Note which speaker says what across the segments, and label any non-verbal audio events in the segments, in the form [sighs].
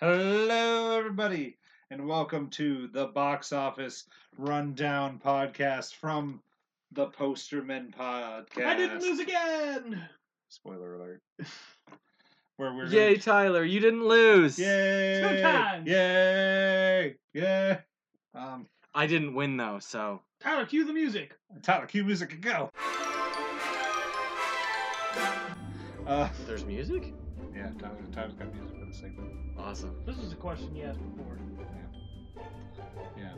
Speaker 1: Hello, everybody, and welcome to the Box Office Rundown podcast from the Posterman Podcast.
Speaker 2: I didn't lose again.
Speaker 1: Spoiler alert. [laughs] Where we're
Speaker 3: Yay, Tyler, you didn't lose.
Speaker 1: Gonna... Yay!
Speaker 2: Two times.
Speaker 1: Yay! Yay! Um,
Speaker 3: I didn't win though, so
Speaker 2: Tyler, cue the music.
Speaker 1: Tyler, cue music and go. Uh, [laughs]
Speaker 3: there's music.
Speaker 1: yeah, Tyler, Tyler's got music for the segment.
Speaker 3: Awesome.
Speaker 2: This was a question you asked before.
Speaker 1: Yeah,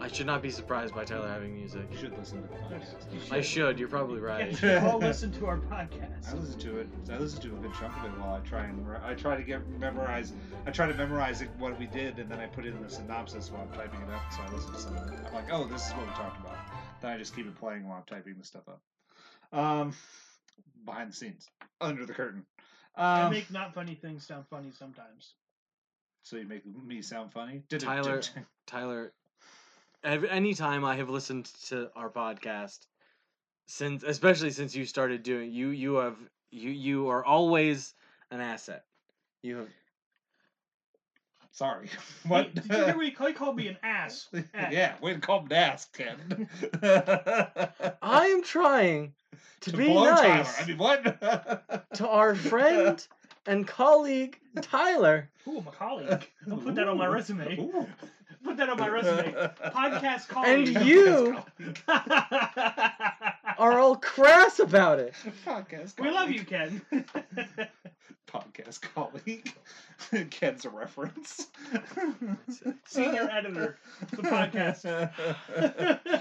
Speaker 3: I should not be surprised by Tyler having music.
Speaker 1: you should listen to the podcast.
Speaker 2: You
Speaker 3: I should. You're probably
Speaker 2: Yeah, you
Speaker 3: right.
Speaker 2: should all listen to our
Speaker 1: I
Speaker 2: podcast.
Speaker 1: listen to it. I listen to a good chunk of it while I try and re- I try to get memorize. I try to memorize it, what we did, and then I put it in the synopsis while I'm typing it up. So I listen to some. of it. I'm like, oh, this is what we talked about. Then I just keep it playing while I'm typing the stuff up. Um, behind the scenes, under the curtain.
Speaker 2: I
Speaker 1: Um,
Speaker 2: make not funny things sound funny sometimes.
Speaker 1: so you make me sound funny,
Speaker 3: Tyler. Tyler, ev- any time I have listened to our podcast, since especially since you started doing you you have you you are always an asset. You have
Speaker 1: [laughs] Sorry. What?
Speaker 2: Did you hear what he, he called me an ass?
Speaker 1: [laughs]
Speaker 2: At?
Speaker 1: yeah, way to calm down,
Speaker 2: [laughs]
Speaker 1: Ken. [laughs]
Speaker 3: I am trying to, be
Speaker 1: blow Tyler.
Speaker 3: nice
Speaker 1: I mean, what? [laughs]
Speaker 3: to our friend and colleague Tyler.
Speaker 2: Ooh,
Speaker 1: [laughs]
Speaker 2: my colleague. I'll put that on my
Speaker 1: Ooh.
Speaker 2: resume.
Speaker 1: Ooh.
Speaker 2: Put that on
Speaker 1: [laughs]
Speaker 2: my resume. Podcast
Speaker 3: And
Speaker 2: colleague.
Speaker 3: you
Speaker 1: [laughs]
Speaker 3: are all crass about it.
Speaker 1: podcast.
Speaker 2: [laughs] we love
Speaker 1: colleague.
Speaker 2: you, Ken. [laughs]
Speaker 1: [laughs] Podcast colleague. [laughs] Ken's a reference.
Speaker 2: Senior editor. The podcast.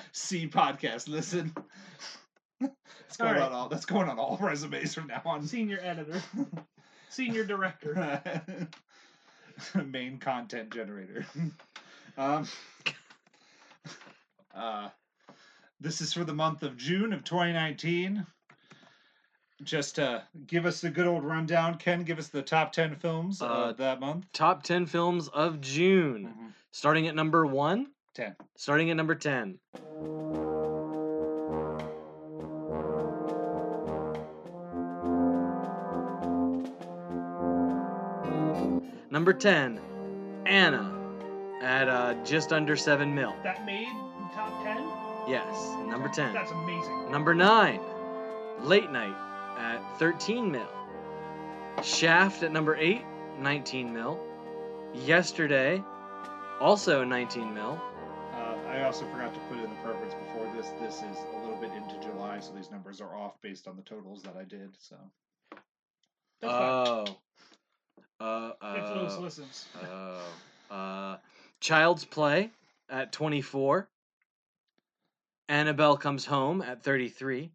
Speaker 1: [laughs] See podcast. Listen. That's going
Speaker 2: All right.
Speaker 1: on all. That's going on all resumes from now on.
Speaker 2: Senior editor. Senior director.
Speaker 1: [laughs] Main content generator. [laughs] um, [laughs] uh, this is for the month of June of 2019. Just uh, give us the good old rundown. Ken, give us the top 10 films
Speaker 3: Uh,
Speaker 1: of that month.
Speaker 3: Top 10 films of June.
Speaker 1: Hmm.
Speaker 3: Starting at number one.
Speaker 1: 10.
Speaker 3: Starting at number 10. Number 10, Anna, at uh, just under 7 mil.
Speaker 2: That made top ten.
Speaker 3: Yes, number 10.
Speaker 2: That's amazing.
Speaker 3: Number 9, Late Night, at 13 mil. Shaft at number 8, 19 mil. Yesterday, also 19 mil.
Speaker 1: Uh, I also forgot to put in the preference before this. This is a little bit into July, so these numbers are off based on the totals that I did. So
Speaker 2: That's
Speaker 3: Uh,
Speaker 2: fine.
Speaker 3: Oh. Uh, uh,
Speaker 2: if Lewis listens.
Speaker 3: oh. Uh, Child's Play at 24. Annabelle Comes Home at 33.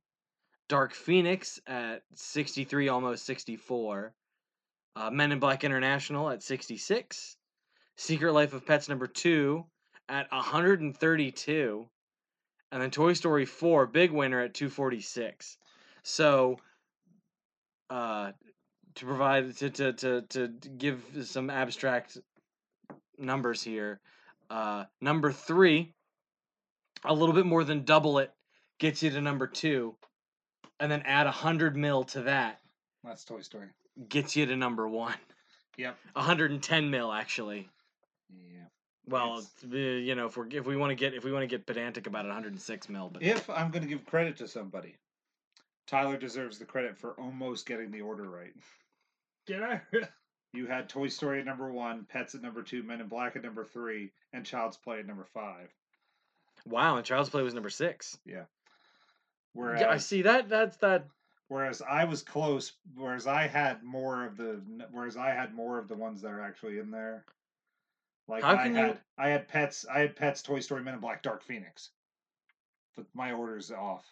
Speaker 3: Dark Phoenix at 63, almost 64. Uh, Men in Black International at 66. Secret Life of Pets number 2 at 132. And then Toy Story 4, big winner at 246. So, uh, to provide to to to, to give some abstract numbers here. Uh, number three, a little bit more than double it, gets you to number two, and then add a hundred mil to that
Speaker 1: that's Toy Story.
Speaker 3: gets you to number one.
Speaker 1: Yep.
Speaker 3: A hundred and ten mil actually.
Speaker 1: Yeah.
Speaker 3: Well,
Speaker 1: Yes.
Speaker 3: it's, uh, you know, if we are if we want to get if we want to get pedantic about it, 106 mil, but
Speaker 1: If I'm going to give credit to somebody, Tyler deserves the credit for almost getting the order right.
Speaker 2: Did I? [laughs]
Speaker 1: You had Toy Story at number one, Pets at number two, Men in Black at number three, and Child's Play at number five.
Speaker 3: wow, and Child's Play was number six.
Speaker 1: Whereas,
Speaker 3: Yeah, I see that. That's that.
Speaker 1: whereas I was close. Whereas I had more of the. Whereas I had more of the ones that are actually in there. Like
Speaker 3: How
Speaker 1: I
Speaker 3: can you-
Speaker 1: had, I had Pets, I had Pets, Toy Story, Men in Black, Dark Phoenix. But my order's off.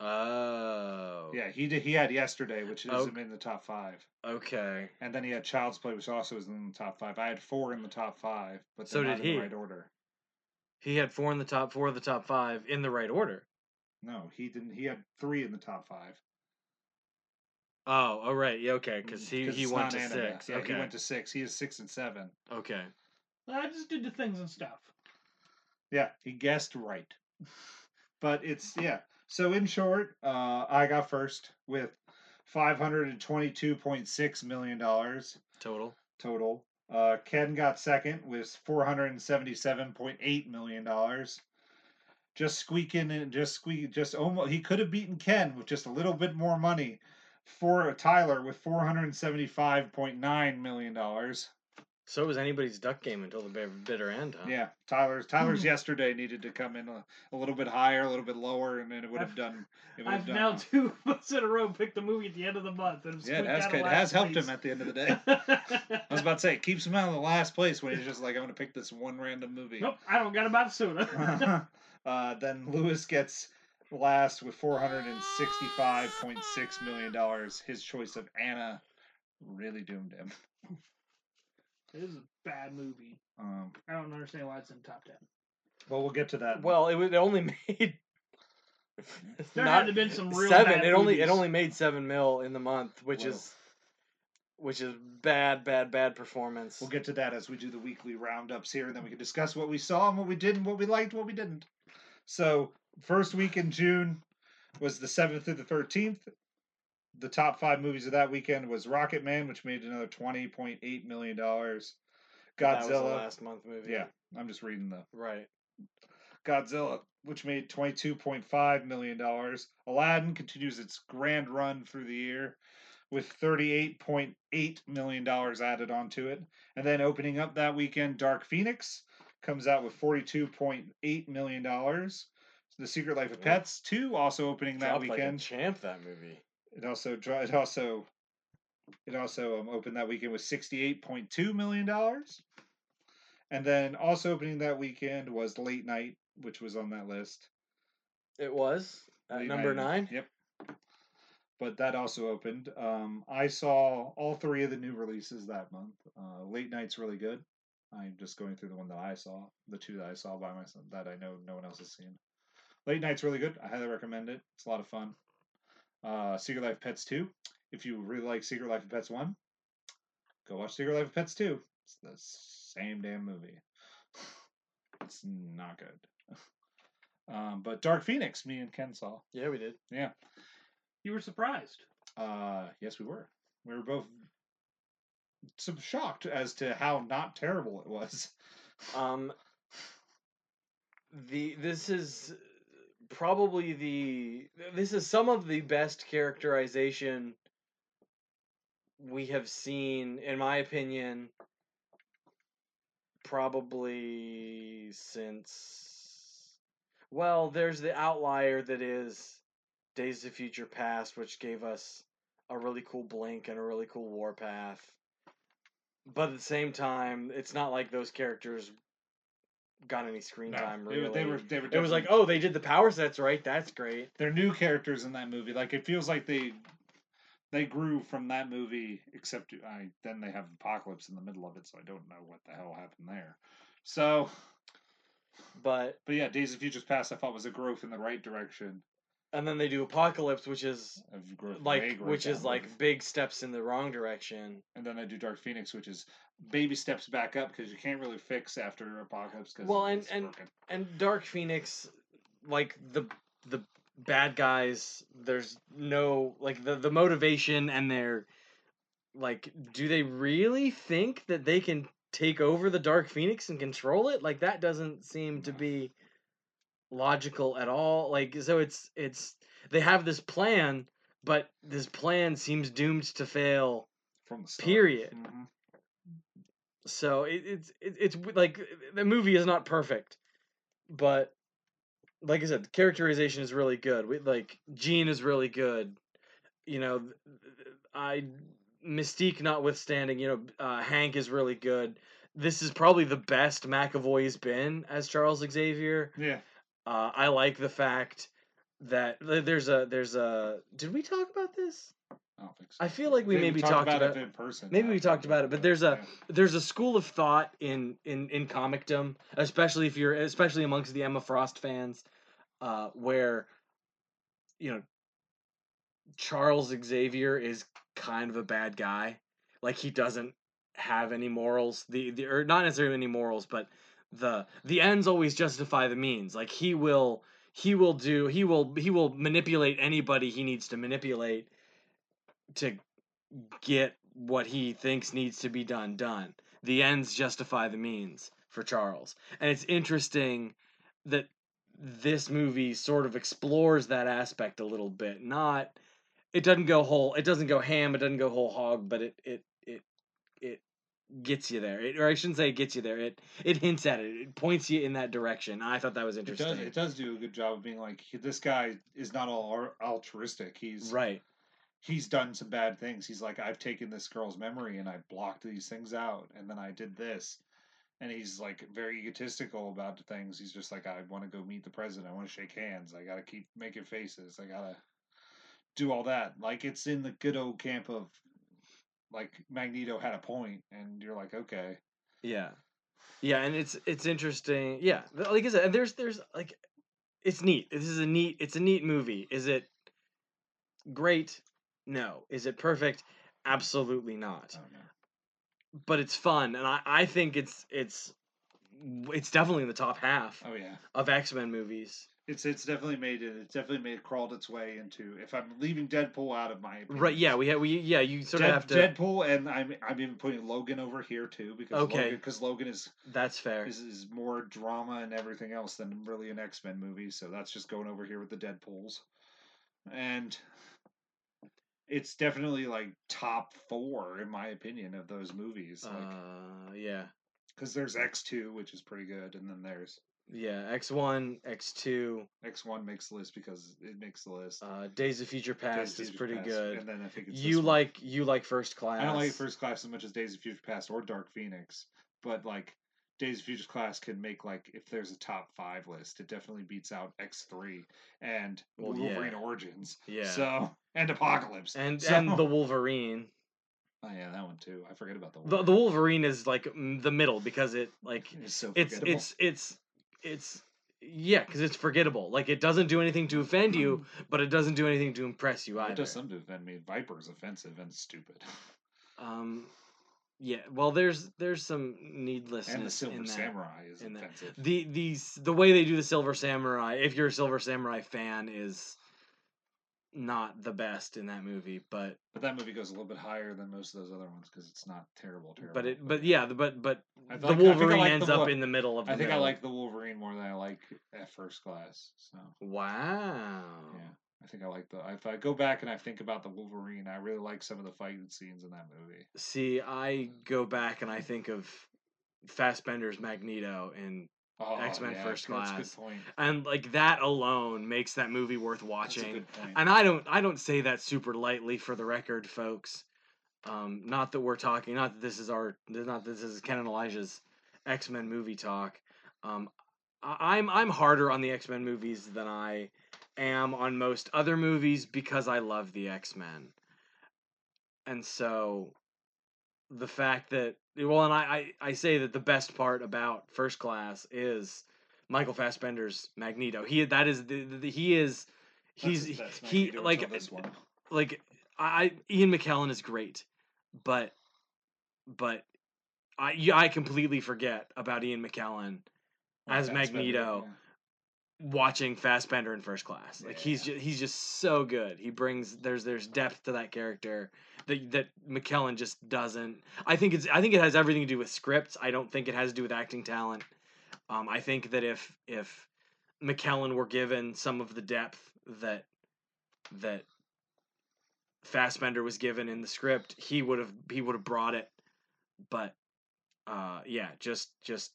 Speaker 3: Oh,
Speaker 1: Yeah, he did, he had yesterday, which
Speaker 3: Oh.
Speaker 1: isn't in the top five.
Speaker 3: Okay.
Speaker 1: And then he had Child's Play, which also is in the top five. I had four in the top five, but
Speaker 3: So
Speaker 1: they're not
Speaker 3: did
Speaker 1: in the
Speaker 3: he.
Speaker 1: right order.
Speaker 3: He had four in the top four of the top five in the right order.
Speaker 1: No, he didn't. He had three in the top five.
Speaker 3: Oh, oh right, yeah, okay, because he
Speaker 1: 'Cause
Speaker 3: he
Speaker 1: it's
Speaker 3: went
Speaker 1: not
Speaker 3: to
Speaker 1: anime.
Speaker 3: six.
Speaker 1: Yeah,
Speaker 3: okay,
Speaker 1: he went to six. He is six and seven.
Speaker 3: okay.
Speaker 2: I just did the things and stuff.
Speaker 1: Yeah, he guessed right. But it's yeah. So in short, uh, I got first with five hundred and twenty-two point six million dollars
Speaker 3: total.
Speaker 1: total. Uh, Ken got second with four hundred and seventy-seven point eight million dollars. Just squeaking and just squeak, just almost. He could have beaten Ken with just a little bit more money. For Tyler with four hundred and seventy-five point nine million dollars.
Speaker 3: So was anybody's duck game until the bit- bitter end, huh?
Speaker 1: Yeah, Tyler's Tyler's
Speaker 2: Hmm.
Speaker 1: yesterday needed to come in a, a little bit higher, a little bit lower, and then it would have
Speaker 2: I've-
Speaker 1: done. It uh, would have
Speaker 2: I've
Speaker 1: done.
Speaker 2: now [laughs] two months in a row picked a movie at the end of the month. And
Speaker 1: yeah, it has, it has helped him at the end of the day.
Speaker 2: [laughs]
Speaker 1: I was about to say, it keeps him out of the last place when he's just like, I'm going to pick this one random movie.
Speaker 2: nope, I don't got him out [laughs] soda.
Speaker 1: [laughs] uh, then Lewis gets last with $465.6 million. His choice of Anna really doomed him.
Speaker 2: It is a bad movie.
Speaker 1: Um,
Speaker 2: I don't understand why it's in top ten.
Speaker 1: well, we'll get to that.
Speaker 3: Well, it, was, it only [laughs] made
Speaker 2: There had to have been some real
Speaker 3: seven.
Speaker 2: Bad
Speaker 3: It only it
Speaker 2: movies.
Speaker 3: only made seven mil in the month, which
Speaker 1: Whoa.
Speaker 3: is which is bad, bad, bad performance.
Speaker 1: we'll get to that as we do the weekly roundups here, and then we can discuss what we saw and what we did and what we liked, what we didn't. So, first week in June was the 7th through the 13th. The top five movies of that weekend was Rocket Man, which made another $20.8 million.
Speaker 3: That was the
Speaker 1: Godzilla.
Speaker 3: last month movie.
Speaker 1: Yeah, I'm just reading the
Speaker 3: right.
Speaker 1: Godzilla, which made $22.5 million. Aladdin continues its grand run through the year with $38.8 million added onto it. And then opening up that weekend, Dark Phoenix comes out with $42.8 million. The Secret Life of
Speaker 3: Yeah.
Speaker 1: Pets 2 also opening that
Speaker 3: Dropped
Speaker 1: weekend.
Speaker 3: like a champ that movie.
Speaker 1: It also dro- it also it also um, opened that weekend with sixty eight point two million dollars, and then also opening that weekend was Late Night, which was on that list.
Speaker 3: It was at
Speaker 1: Late
Speaker 3: number
Speaker 1: Night,
Speaker 3: nine.
Speaker 1: Yep. But that also opened. Um, I saw all three of the new releases that month. Uh, Late Night's really good. I'm just going through the one that I saw, the two that I saw by myself that I know no one else has seen. Late Night's really good. I highly recommend it. It's a lot of fun. Uh, Secret Life of Pets 2. If you really like Secret Life of Pets 1, go watch Secret Life of Pets 2. It's the same damn movie. [laughs] It's not good. Um, but Dark Phoenix, me and Ken saw.
Speaker 3: Yeah, we did.
Speaker 2: You were surprised.
Speaker 1: Uh, yes, we were. We were both some shocked as to how not terrible it was. [laughs]
Speaker 3: Um, the this is probably the this is some of the best characterization we have seen, in my opinion, probably since. Well, there's the outlier that is Days of Future Past, which gave us a really cool blink and a really cool warpath. But at the same time, it's not like those characters got any screen time
Speaker 1: they,
Speaker 3: really.
Speaker 1: were- they were. They were.
Speaker 3: it was like,
Speaker 1: definitely-
Speaker 3: oh, they did the power sets right. That's great.
Speaker 1: they're new characters in that movie. Like it feels like they they grew from that movie. Except I then they have apocalypse in the middle of it, so I don't know what the hell happened there. So,
Speaker 3: But
Speaker 1: but yeah, Days of Futures Past I thought was a growth in the right direction.
Speaker 3: and then they do apocalypse, which is
Speaker 1: Of growth, way
Speaker 3: like
Speaker 1: growth
Speaker 3: which is
Speaker 1: downward.
Speaker 3: like big steps in the wrong direction.
Speaker 1: and then I do Dark Phoenix, which is baby steps back up because you can't really fix after apocalypse. 'cause
Speaker 3: Well, and-
Speaker 1: it's
Speaker 3: and-
Speaker 1: broken.
Speaker 3: And Dark Phoenix, like the the bad guys, there's no like the the motivation and their like do they really think that they can take over the Dark Phoenix and control it? Like that doesn't seem to
Speaker 1: No.
Speaker 3: be logical at all. Like so it's it's they have this plan, but this plan seems doomed to fail
Speaker 1: from the start.
Speaker 3: period.
Speaker 1: Mhm.
Speaker 3: so it, it's it, it's w- like the movie is not perfect but like i said the characterization is really good we like gene is really good you know th- th- i mystique notwithstanding you know uh, hank is really good this is probably the best mcavoy's been as charles xavier
Speaker 1: Yeah,
Speaker 3: uh, i like the fact that th- there's a there's a did we talk about this
Speaker 1: I don't think so.
Speaker 3: i feel like we maybe,
Speaker 1: talked
Speaker 3: talked about
Speaker 1: it in person.
Speaker 3: maybe
Speaker 1: I
Speaker 3: we
Speaker 1: don't
Speaker 3: talked about it, but there's a-
Speaker 1: yeah.
Speaker 3: there's a school of thought in in in comicdom, especially if you're especially amongst the Emma Frost fans, uh, where you know Charles Xavier is kind of a bad guy, like he doesn't have any morals. The the or not necessarily any morals, but the the ends always justify the means. Like he will he will do he will he will manipulate anybody he needs to manipulate to get what he thinks needs to be done done. The ends justify the means for Charles. And it's interesting that this movie sort of explores that aspect a little bit. Not it doesn't go whole it doesn't go ham, it doesn't go whole hog, but it it it it gets you there. It, or I shouldn't say it gets you there. It it hints at it. It points you in that direction. I thought that was
Speaker 1: It
Speaker 3: interesting.
Speaker 1: does, it does do a good job of being like this guy is not all al- altruistic. He's
Speaker 3: Right.
Speaker 1: he's done some bad things. He's like, I've taken this girl's memory and I blocked these things out, and then I did this. And he's like very egotistical about things. He's just like, I want to go meet the president. I want to shake hands. I gotta keep making faces. I gotta do all that. Like it's in the good old camp of like Magneto had a point, and you're like, okay,
Speaker 3: Yeah, yeah, and it's it's interesting. Yeah, th- like I said, and there's there's like, it's neat. This is a neat. It's a neat movie. Is it great? No. Is it perfect? Absolutely
Speaker 1: I
Speaker 3: not.
Speaker 1: don't know.
Speaker 3: But it's fun, and I I think it's it's w- it's definitely in the top half
Speaker 1: Oh yeah.
Speaker 3: of X Men movies.
Speaker 1: It's it's definitely made it. It's definitely made crawled its way into. If I'm leaving Deadpool out of my
Speaker 3: Right? Yeah,
Speaker 1: opinions.
Speaker 3: we have we yeah you sort
Speaker 1: Dead-
Speaker 3: of have to.
Speaker 1: Deadpool, and I'm I'm even putting Logan over here too because
Speaker 3: Okay.
Speaker 1: Logan, because Logan is,
Speaker 3: That's fair.
Speaker 1: is is more drama and everything else than really an X Men movie. So that's just going over here with the Deadpool's, and it's definitely like top four in my opinion of those movies. Like
Speaker 3: Uh, yeah,
Speaker 1: because there's X two, which is pretty good, and then there's
Speaker 3: yeah. X one, X two,
Speaker 1: X one makes the list because it makes the list.
Speaker 3: uh, Days of Future
Speaker 1: Days of
Speaker 3: Past is
Speaker 1: Future
Speaker 3: pretty
Speaker 1: Past,
Speaker 3: good.
Speaker 1: And then I think it's this
Speaker 3: you
Speaker 1: one.
Speaker 3: like you like first class.
Speaker 1: I don't like First Class as much as Days of Future Past or Dark Phoenix, but like Days of Future Class can make like if there's a top five list, it definitely beats out X three and
Speaker 3: Well,
Speaker 1: Wolverine
Speaker 3: yeah.
Speaker 1: Origins.
Speaker 3: Yeah.
Speaker 1: So [laughs] and Apocalypse
Speaker 3: and
Speaker 1: So-
Speaker 3: and the Wolverine.
Speaker 1: [laughs] oh yeah that one too. I forget about the
Speaker 3: The, the Wolverine is like m- the middle because it like
Speaker 1: It's so
Speaker 3: it's
Speaker 1: forgettable.
Speaker 3: it's it's it's yeah because it's forgettable. Like it doesn't do anything to offend you, but it doesn't do anything to impress you
Speaker 1: Well,
Speaker 3: either.
Speaker 1: Mm-hmm. it does something to offend me. Viper is offensive and stupid, [laughs]
Speaker 3: Um, yeah. Well, there's there's some needlessness
Speaker 1: and the
Speaker 3: in
Speaker 1: Silver
Speaker 3: that.
Speaker 1: Samurai is
Speaker 3: in that-
Speaker 1: offensive.
Speaker 3: The these the way they do the Silver Samurai, if you're a Silver Samurai fan, is not the best in that movie, but
Speaker 1: But that movie goes a little bit higher than most of those other ones because it's not terrible, terrible.
Speaker 3: but it but yeah, the- but but
Speaker 1: I
Speaker 3: the
Speaker 1: like- I think I
Speaker 3: Wolverine
Speaker 1: like the
Speaker 3: ends up
Speaker 1: Wol-
Speaker 3: in the middle of. The
Speaker 1: I think I
Speaker 3: middle.
Speaker 1: like the Wolverine more than I like at First Class. So.
Speaker 3: Wow.
Speaker 1: Yeah, I think I like the. If I go back and I think about the Wolverine, I really like some of the fighting scenes in that movie.
Speaker 3: See, I go back and I think of Fassbender's Magneto, and
Speaker 1: Oh,
Speaker 3: X-Men
Speaker 1: That's
Speaker 3: First Class.
Speaker 1: a good point.
Speaker 3: and like that alone makes that movie worth
Speaker 1: That's a
Speaker 3: watching.
Speaker 1: good point.
Speaker 3: and I don't I don't say that super lightly for the record, folks. Um, not that we're talking, not that this is our, not that this is Ken and Elijah's X Men movie talk. Um, I, I'm I'm harder on the X Men movies than I am on most other movies because I love the X Men, and so the fact that well, and I, I I say that the best part about First Class is Michael Fassbender's Magneto. He that is the, the, the- he is.
Speaker 1: That's
Speaker 3: He's
Speaker 1: his best
Speaker 3: he
Speaker 1: Magneto
Speaker 3: like
Speaker 1: until this one.
Speaker 3: like I Ian McKellen is great, but but I yeah, I completely forget about Ian McKellen
Speaker 1: Like,
Speaker 3: as
Speaker 1: that's better,
Speaker 3: Magneto.
Speaker 1: yeah.
Speaker 3: watching Fassbender in First Class. Like he's
Speaker 1: Yeah.
Speaker 3: just, he's just so good. He brings there's there's depth to that character that that McKellen just doesn't. I think it's I think it has everything to do with scripts. I don't think it has to do with acting talent. Um, I think that if if McKellen were given some of the depth that that Fassbender was given in the script, he would have he would have brought it. But uh, yeah, just just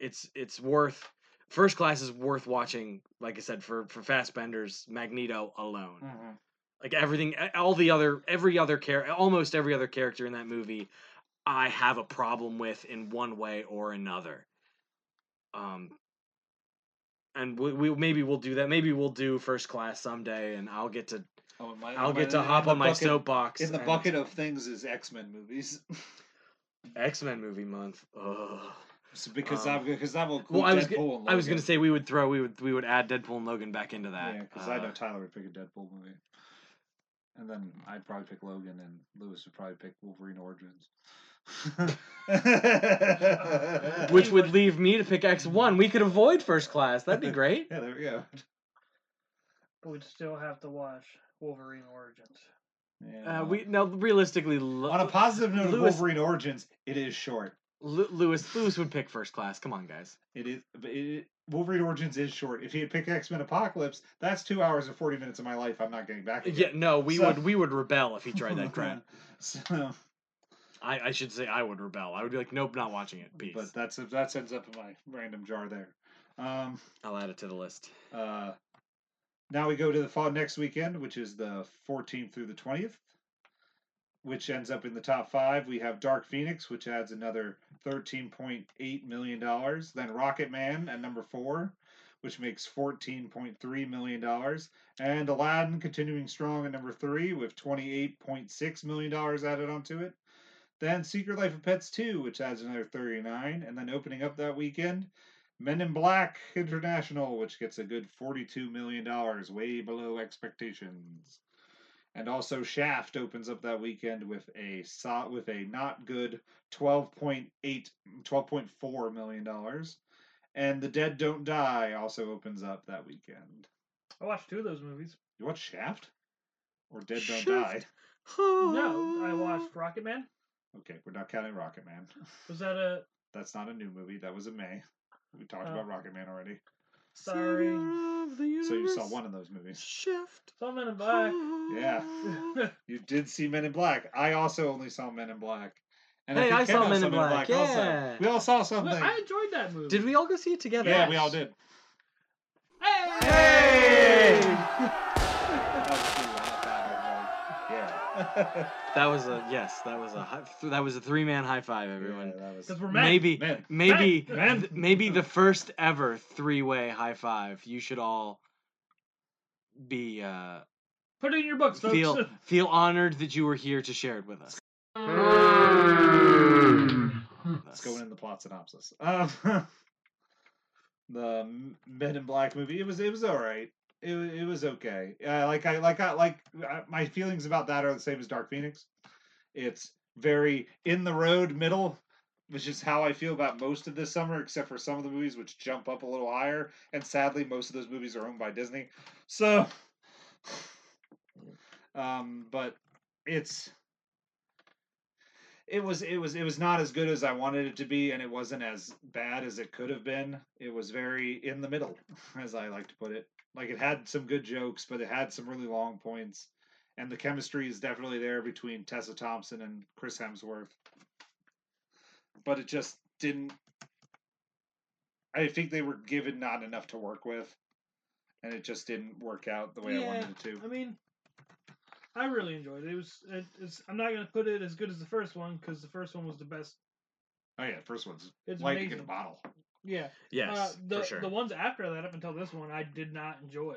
Speaker 3: it's it's worth first class is worth watching. Like I said, for for Fassbender's Magneto alone,
Speaker 1: Mhm.
Speaker 3: like everything, a- all the other every other character, almost every other character in that movie, I have a problem with in one way or another. Um. And we, we maybe we'll do that. Maybe we'll do first class someday, and I'll get to
Speaker 1: Oh, my,
Speaker 3: I'll
Speaker 1: my-
Speaker 3: get to
Speaker 1: in
Speaker 3: hop
Speaker 1: the
Speaker 3: on my
Speaker 1: bucket-
Speaker 3: soapbox.
Speaker 1: In the
Speaker 3: and-
Speaker 1: bucket of things is X Men movies, [laughs]
Speaker 3: X Men movie month. Ugh.
Speaker 1: So because
Speaker 3: Um,
Speaker 1: I'm because that will include
Speaker 3: Well, I was
Speaker 1: Deadpool
Speaker 3: g-
Speaker 1: and
Speaker 3: I was gonna
Speaker 1: Logan.
Speaker 3: say we would throw we would we would add Deadpool and Logan back into that.
Speaker 1: yeah, because I know [laughs]
Speaker 3: uh,
Speaker 1: Tyler would pick a Deadpool movie, and then I'd probably pick Logan, and Lewis would probably pick Wolverine Origins. [laughs]
Speaker 3: which would leave me to pick X one. We could avoid first class. That'd be great.
Speaker 1: [laughs] Yeah, there we go.
Speaker 2: But we'd still have to watch Wolverine Origins.
Speaker 1: Yeah,
Speaker 3: Uh,
Speaker 1: well.
Speaker 3: we now realistically, Lu-
Speaker 1: on a positive note
Speaker 3: Lewis-
Speaker 1: of Wolverine Origins, it is short.
Speaker 3: Lu- Lewis Lewis would pick first class. Come on, guys.
Speaker 1: It is but it, Wolverine Origins is short. If he had picked X Men Apocalypse, that's two hours and forty minutes of my life I'm not getting back.
Speaker 3: Yeah,
Speaker 1: again.
Speaker 3: no, we
Speaker 1: So-
Speaker 3: would we would rebel if he [laughs] tried that crap.
Speaker 1: [laughs] So,
Speaker 3: I, I should say I would rebel. I would be like, nope, not watching it. Peace.
Speaker 1: but that's that ends up in my random jar there. Um,
Speaker 3: I'll add it to the [sighs] list.
Speaker 1: Uh, now we go to the fall next weekend, which is the 14th through the 20th, which ends up in the top five. We have Dark Phoenix, which adds another 13.8 million dollars. Then Rocket Man at number four, which makes 14.3 million dollars, and Aladdin continuing strong at number three with 28.6 million dollars added onto it. Then Secret Life of Pets 2, which adds another 39, and then opening up that weekend, Men in Black International, which gets a good $42 million, way below expectations. And also Shaft opens up that weekend with a so- with a not good 12.8 12.4 million dollars. And The Dead Don't Die also opens up that weekend.
Speaker 2: I watched two of those movies.
Speaker 1: You watch Shaft? Or Dead Don't Die?
Speaker 3: Shaft.
Speaker 2: No, I watched Rocket Man.
Speaker 1: Okay, we're not counting Rocket Man.
Speaker 2: Was that a
Speaker 1: That's not a new movie. That was in May. We talked
Speaker 2: Oh.
Speaker 1: about Rocket Man already.
Speaker 2: Sorry.
Speaker 3: Center of the
Speaker 1: So you saw
Speaker 3: universe.
Speaker 1: one of those movies.
Speaker 3: Shaft.
Speaker 2: some Men in
Speaker 3: [sighs]
Speaker 2: Black?
Speaker 1: Yeah.
Speaker 2: [laughs]
Speaker 1: You did see Men in Black. I also only saw Men in Black. And
Speaker 3: Hey,
Speaker 1: think
Speaker 3: I
Speaker 1: Ken
Speaker 3: saw
Speaker 1: also
Speaker 3: Men in
Speaker 1: saw
Speaker 3: Black, yeah.
Speaker 1: We all saw
Speaker 2: Well,
Speaker 1: something.
Speaker 2: I enjoyed that movie.
Speaker 3: [laughs] Did we all go see it together?
Speaker 1: Yeah, we all did.
Speaker 2: Hey!
Speaker 1: [laughs] Hey! That was a good laugh, that one, buddy.
Speaker 3: That was a yes. That was a hi- th- that was a three man high five,
Speaker 1: Yeah.
Speaker 3: everyone.
Speaker 1: Yeah, that was-
Speaker 2: Because we're men.
Speaker 3: Maybe
Speaker 1: Men.
Speaker 3: maybe
Speaker 1: Men.
Speaker 3: th- maybe the first ever three way high five. You should all be uh,
Speaker 2: Put it in your books, folks. [laughs]
Speaker 3: feel feel honored that you were here to share it with us.
Speaker 1: It's going in the plot synopsis. Um, [laughs] the M- Men in Black movie. It was it was all right. It wa- it was okay. Uh, like I like I like I, my feelings about that are the same as Dark Phoenix. It's very in the road middle, which is how I feel about most of this summer, except for some of the movies which jump up a little higher. And sadly, most of those movies are owned by Disney. So, [sighs] um, but it's it was it was it was not as good as I wanted it to be, and it wasn't as bad as it could have been. It was very in the middle, [laughs] as I like to put it. Like it had some good jokes, but it had some really long points, and the chemistry is definitely there between Tessa Thompson and Chris Hemsworth. But it just didn't. I think they were given not enough to work with, and it just didn't work out the way I
Speaker 2: Yeah,
Speaker 1: wanted it to.
Speaker 2: I mean, I really enjoyed it. It was. It, it's, I'm not gonna put it as good as the first one because the first one was the best.
Speaker 1: Oh yeah, first one's
Speaker 2: It's
Speaker 1: lightning in
Speaker 2: amazing.
Speaker 1: a bottle
Speaker 2: Yeah.
Speaker 3: Yes,
Speaker 2: uh, the
Speaker 3: for sure.
Speaker 2: the ones after that up until this one, I did not enjoy.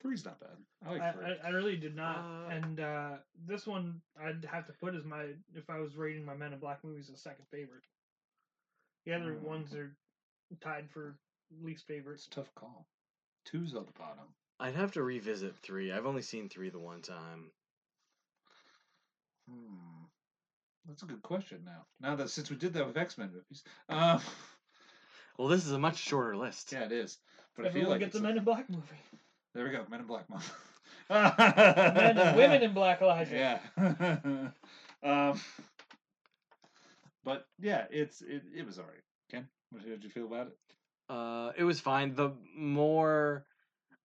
Speaker 1: Three's not bad. I
Speaker 2: I,
Speaker 1: like three.
Speaker 2: I, I really did not.
Speaker 3: Uh,
Speaker 2: and uh, this one, I'd have to put as my if I was rating my Men in Black movies as second favorite. The other
Speaker 1: Hmm.
Speaker 2: ones are tied for least favorites.
Speaker 1: It's a tough call. Two's at the bottom.
Speaker 3: I'd have to revisit three. I've only seen three the one time.
Speaker 1: Hmm. That's a good question now. Now that since we did that with X Men movies. Um, [laughs]
Speaker 3: Well, this is a much shorter list.
Speaker 1: yeah, it is. But I feel
Speaker 2: Everyone
Speaker 1: like
Speaker 2: gets
Speaker 1: it's
Speaker 2: a
Speaker 1: a-
Speaker 2: Men in Black movie.
Speaker 1: there we go, Men in Black Month.
Speaker 2: Men
Speaker 1: [laughs]
Speaker 2: and women in black, Elijah.
Speaker 1: Yeah. [laughs] um, but yeah, it's it, it was alright. Ken, what did you feel about it?
Speaker 3: Uh, it was fine. The more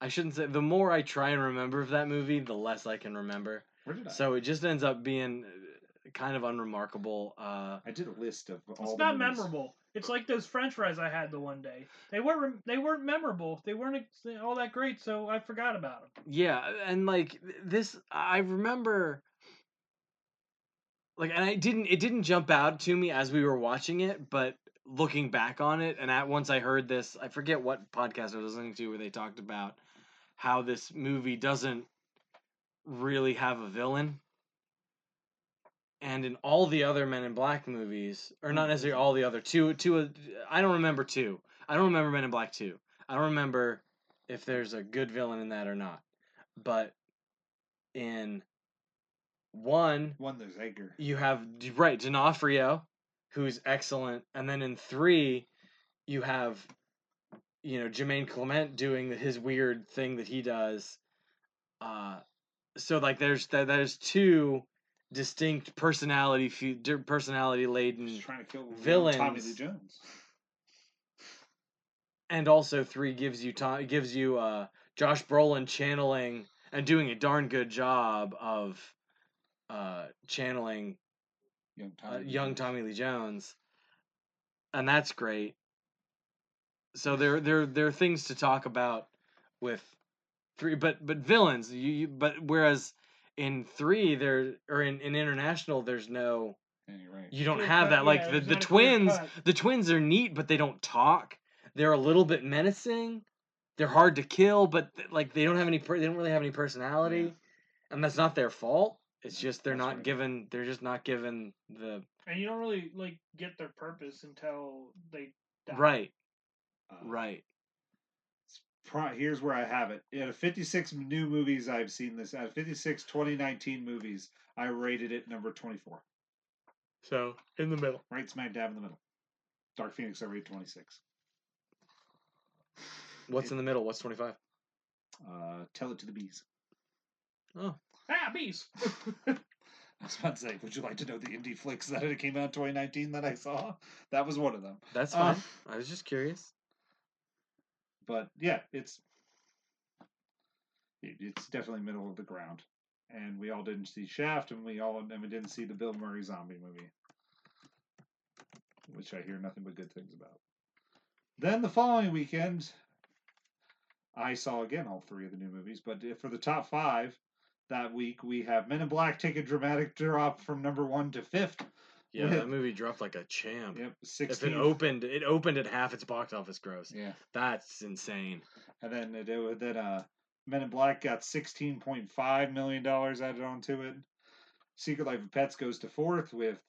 Speaker 3: I shouldn't say the more I try and remember of that movie, the less I can remember.
Speaker 1: Where did I?
Speaker 3: So it just ends up being uh, kind of unremarkable. Uh,
Speaker 1: I did a list of all.
Speaker 2: It's
Speaker 1: the
Speaker 2: not
Speaker 1: movies.
Speaker 2: memorable. It's like those French fries I had the one day. They weren't rem- they weren't memorable. They weren't ex- all that great, so I forgot about them.
Speaker 3: yeah, and like th- this, I remember. Like, and I didn't. It didn't jump out to me as we were watching it, but looking back on it, and at once I heard this. I forget what podcast I was listening to where they talked about how this movie doesn't really have a villain. And in all the other Men in Black movies, or not necessarily all the other two, two, of- I don't remember two. I don't remember Men in Black two. I don't remember if there's a good villain in that or not. But in one,
Speaker 1: One there's Edgar.
Speaker 3: you have D- right D'Onofrio, who's excellent, and then in three, you have, you know, Jermaine Clement doing his weird thing that he does, uh, so like there's there, there's two distinct personality fu- di- personality laden
Speaker 1: Just trying to kill Tommy Lee
Speaker 3: Mm. Villains.
Speaker 1: Jones.
Speaker 3: and also three gives you time gives you uh Josh Brolin channeling and doing a darn good job of uh channeling
Speaker 1: Young Tommy.
Speaker 3: uh,
Speaker 1: Lee
Speaker 3: young
Speaker 1: Jones.
Speaker 3: Tommy Lee Jones, and that's great. So there there there are things to talk about with three, but but villains. You, you but whereas in three there or in, in international there's no
Speaker 1: Yeah, you're right.
Speaker 3: you don't
Speaker 2: Clear
Speaker 3: have
Speaker 2: cut,
Speaker 3: that like
Speaker 2: yeah,
Speaker 3: the,
Speaker 2: there's
Speaker 3: the
Speaker 2: not a clear
Speaker 3: twins
Speaker 2: cut.
Speaker 3: the twins are neat but they don't talk they're a little bit menacing they're hard to kill but th- like they don't have any per- they don't really have any personality and that's not their fault it's
Speaker 1: Yeah,
Speaker 3: just they're
Speaker 1: that's
Speaker 3: not
Speaker 1: right.
Speaker 3: given they're just not given the
Speaker 2: and you don't really like get their purpose until they die.
Speaker 3: right
Speaker 1: Uh,
Speaker 3: right
Speaker 1: Pro- here's where I have it. Out of 56 new movies I've seen this, out of 56 2019 movies, I rated it number 24.
Speaker 3: so in the middle
Speaker 1: Right smack dab in the middle. Dark Phoenix, I rate 26.
Speaker 3: what's in the middle what's 25
Speaker 1: Uh, tell it to the bees. [laughs]
Speaker 2: Ah, bees.
Speaker 1: I was about to say, would you like to know the indie flicks that it came out in 2019 that I saw? That was one of them.
Speaker 3: that's
Speaker 1: Uh,
Speaker 3: fine i was just curious
Speaker 1: but yeah, it's it- it's definitely middle of the ground. And we all didn't see Shaft, and we all and we didn't see the Bill Murray zombie movie, which I hear nothing but good things about. Then the following weekend, I saw again all three of the new movies. But if- for the top five that week, we have Men in Black take a dramatic drop from number one to fifth.
Speaker 3: yeah
Speaker 1: yeah.
Speaker 3: that movie dropped like a champ
Speaker 1: Yep,
Speaker 3: if
Speaker 1: sixteen.
Speaker 3: it opened it opened at half its box office gross
Speaker 1: Yeah.
Speaker 3: that's insane
Speaker 1: And then it, it then uh Men in Black got sixteen point five million dollars added onto it. Secret Life of Pets goes to fourth with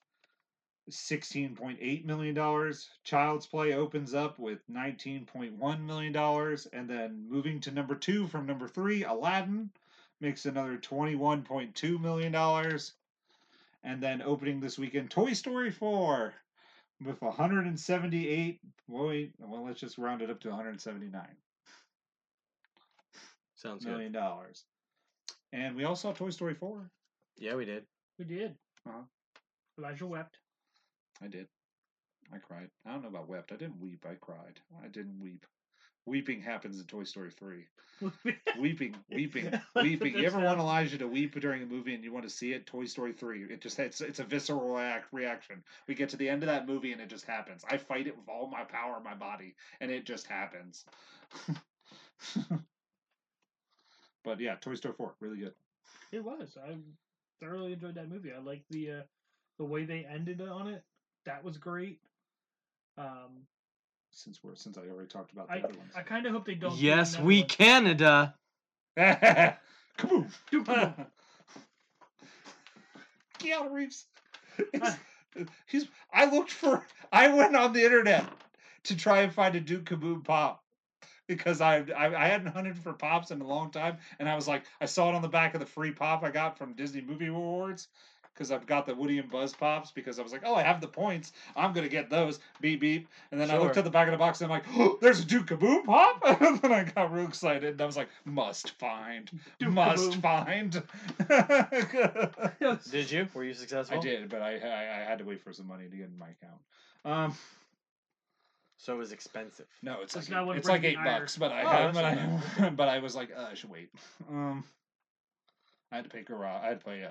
Speaker 1: sixteen point eight million dollars. Child's Play opens up with nineteen point one million dollars, and then moving to number two from number three, Aladdin makes another twenty one point two million dollars. And then opening this weekend, Toy Story four with 178 well, well let's just round it up to 179
Speaker 3: sounds good
Speaker 1: million dollars. And we all saw Toy Story four.
Speaker 3: yeah we did
Speaker 2: We did.
Speaker 1: Uh-huh.
Speaker 2: Elijah wept. [laughs]
Speaker 1: I did. I cried. I don't know about wept. I didn't weep. I cried. I didn't weep. Weeping happens in Toy Story three. [laughs] Weeping, weeping, weeping. You ever want Elijah to weep during a movie and you want to see it? Toy Story three. It just it's it's a visceral act, reaction. We get to the end of that movie and it just happens. I fight it with all my power in my body and it just happens. [laughs] but yeah, Toy Story four really good.
Speaker 2: It was. I thoroughly enjoyed that movie. I liked the uh, the way they ended on it. That was great. Um,
Speaker 1: Since we're since I already talked about the other ones.
Speaker 2: I kind of hope they don't. do
Speaker 3: yes
Speaker 2: another
Speaker 3: we [laughs]
Speaker 2: one.
Speaker 3: canada
Speaker 1: Kaboom!
Speaker 2: Kaboom.
Speaker 1: Keanu Reeves. He's, he's- I looked for. I went on the internet to try and find a Duke Kaboom pop because I, I I hadn't hunted for pops in a long time, and I was like, I saw it on the back of the free pop I got from Disney Movie Awards. Because I've got the Woody and Buzz pops. Because I was like, oh, I have the points. I'm gonna get those. Beep beep. And then I looked
Speaker 3: Sure.
Speaker 1: at the back of the box and I'm like, [gasps] oh, there's a Duke Kaboom pop. [laughs] and then I got real excited and I was like, must find must
Speaker 2: Kaboom.
Speaker 1: find.
Speaker 2: It was-
Speaker 3: did you were you successful
Speaker 1: I did, but I, I I had to wait for some money to get in my account. Um,
Speaker 3: so it was expensive
Speaker 1: no, it's
Speaker 2: That's
Speaker 1: like
Speaker 2: not
Speaker 1: eight-
Speaker 2: what
Speaker 1: it's like
Speaker 2: brings
Speaker 1: eight
Speaker 2: me ire.
Speaker 1: bucks, but I
Speaker 3: Oh,
Speaker 1: had, but
Speaker 3: that's
Speaker 1: I [laughs] but I was like uh, I should wait. Um, I had to pay garage. I had to pay. Uh,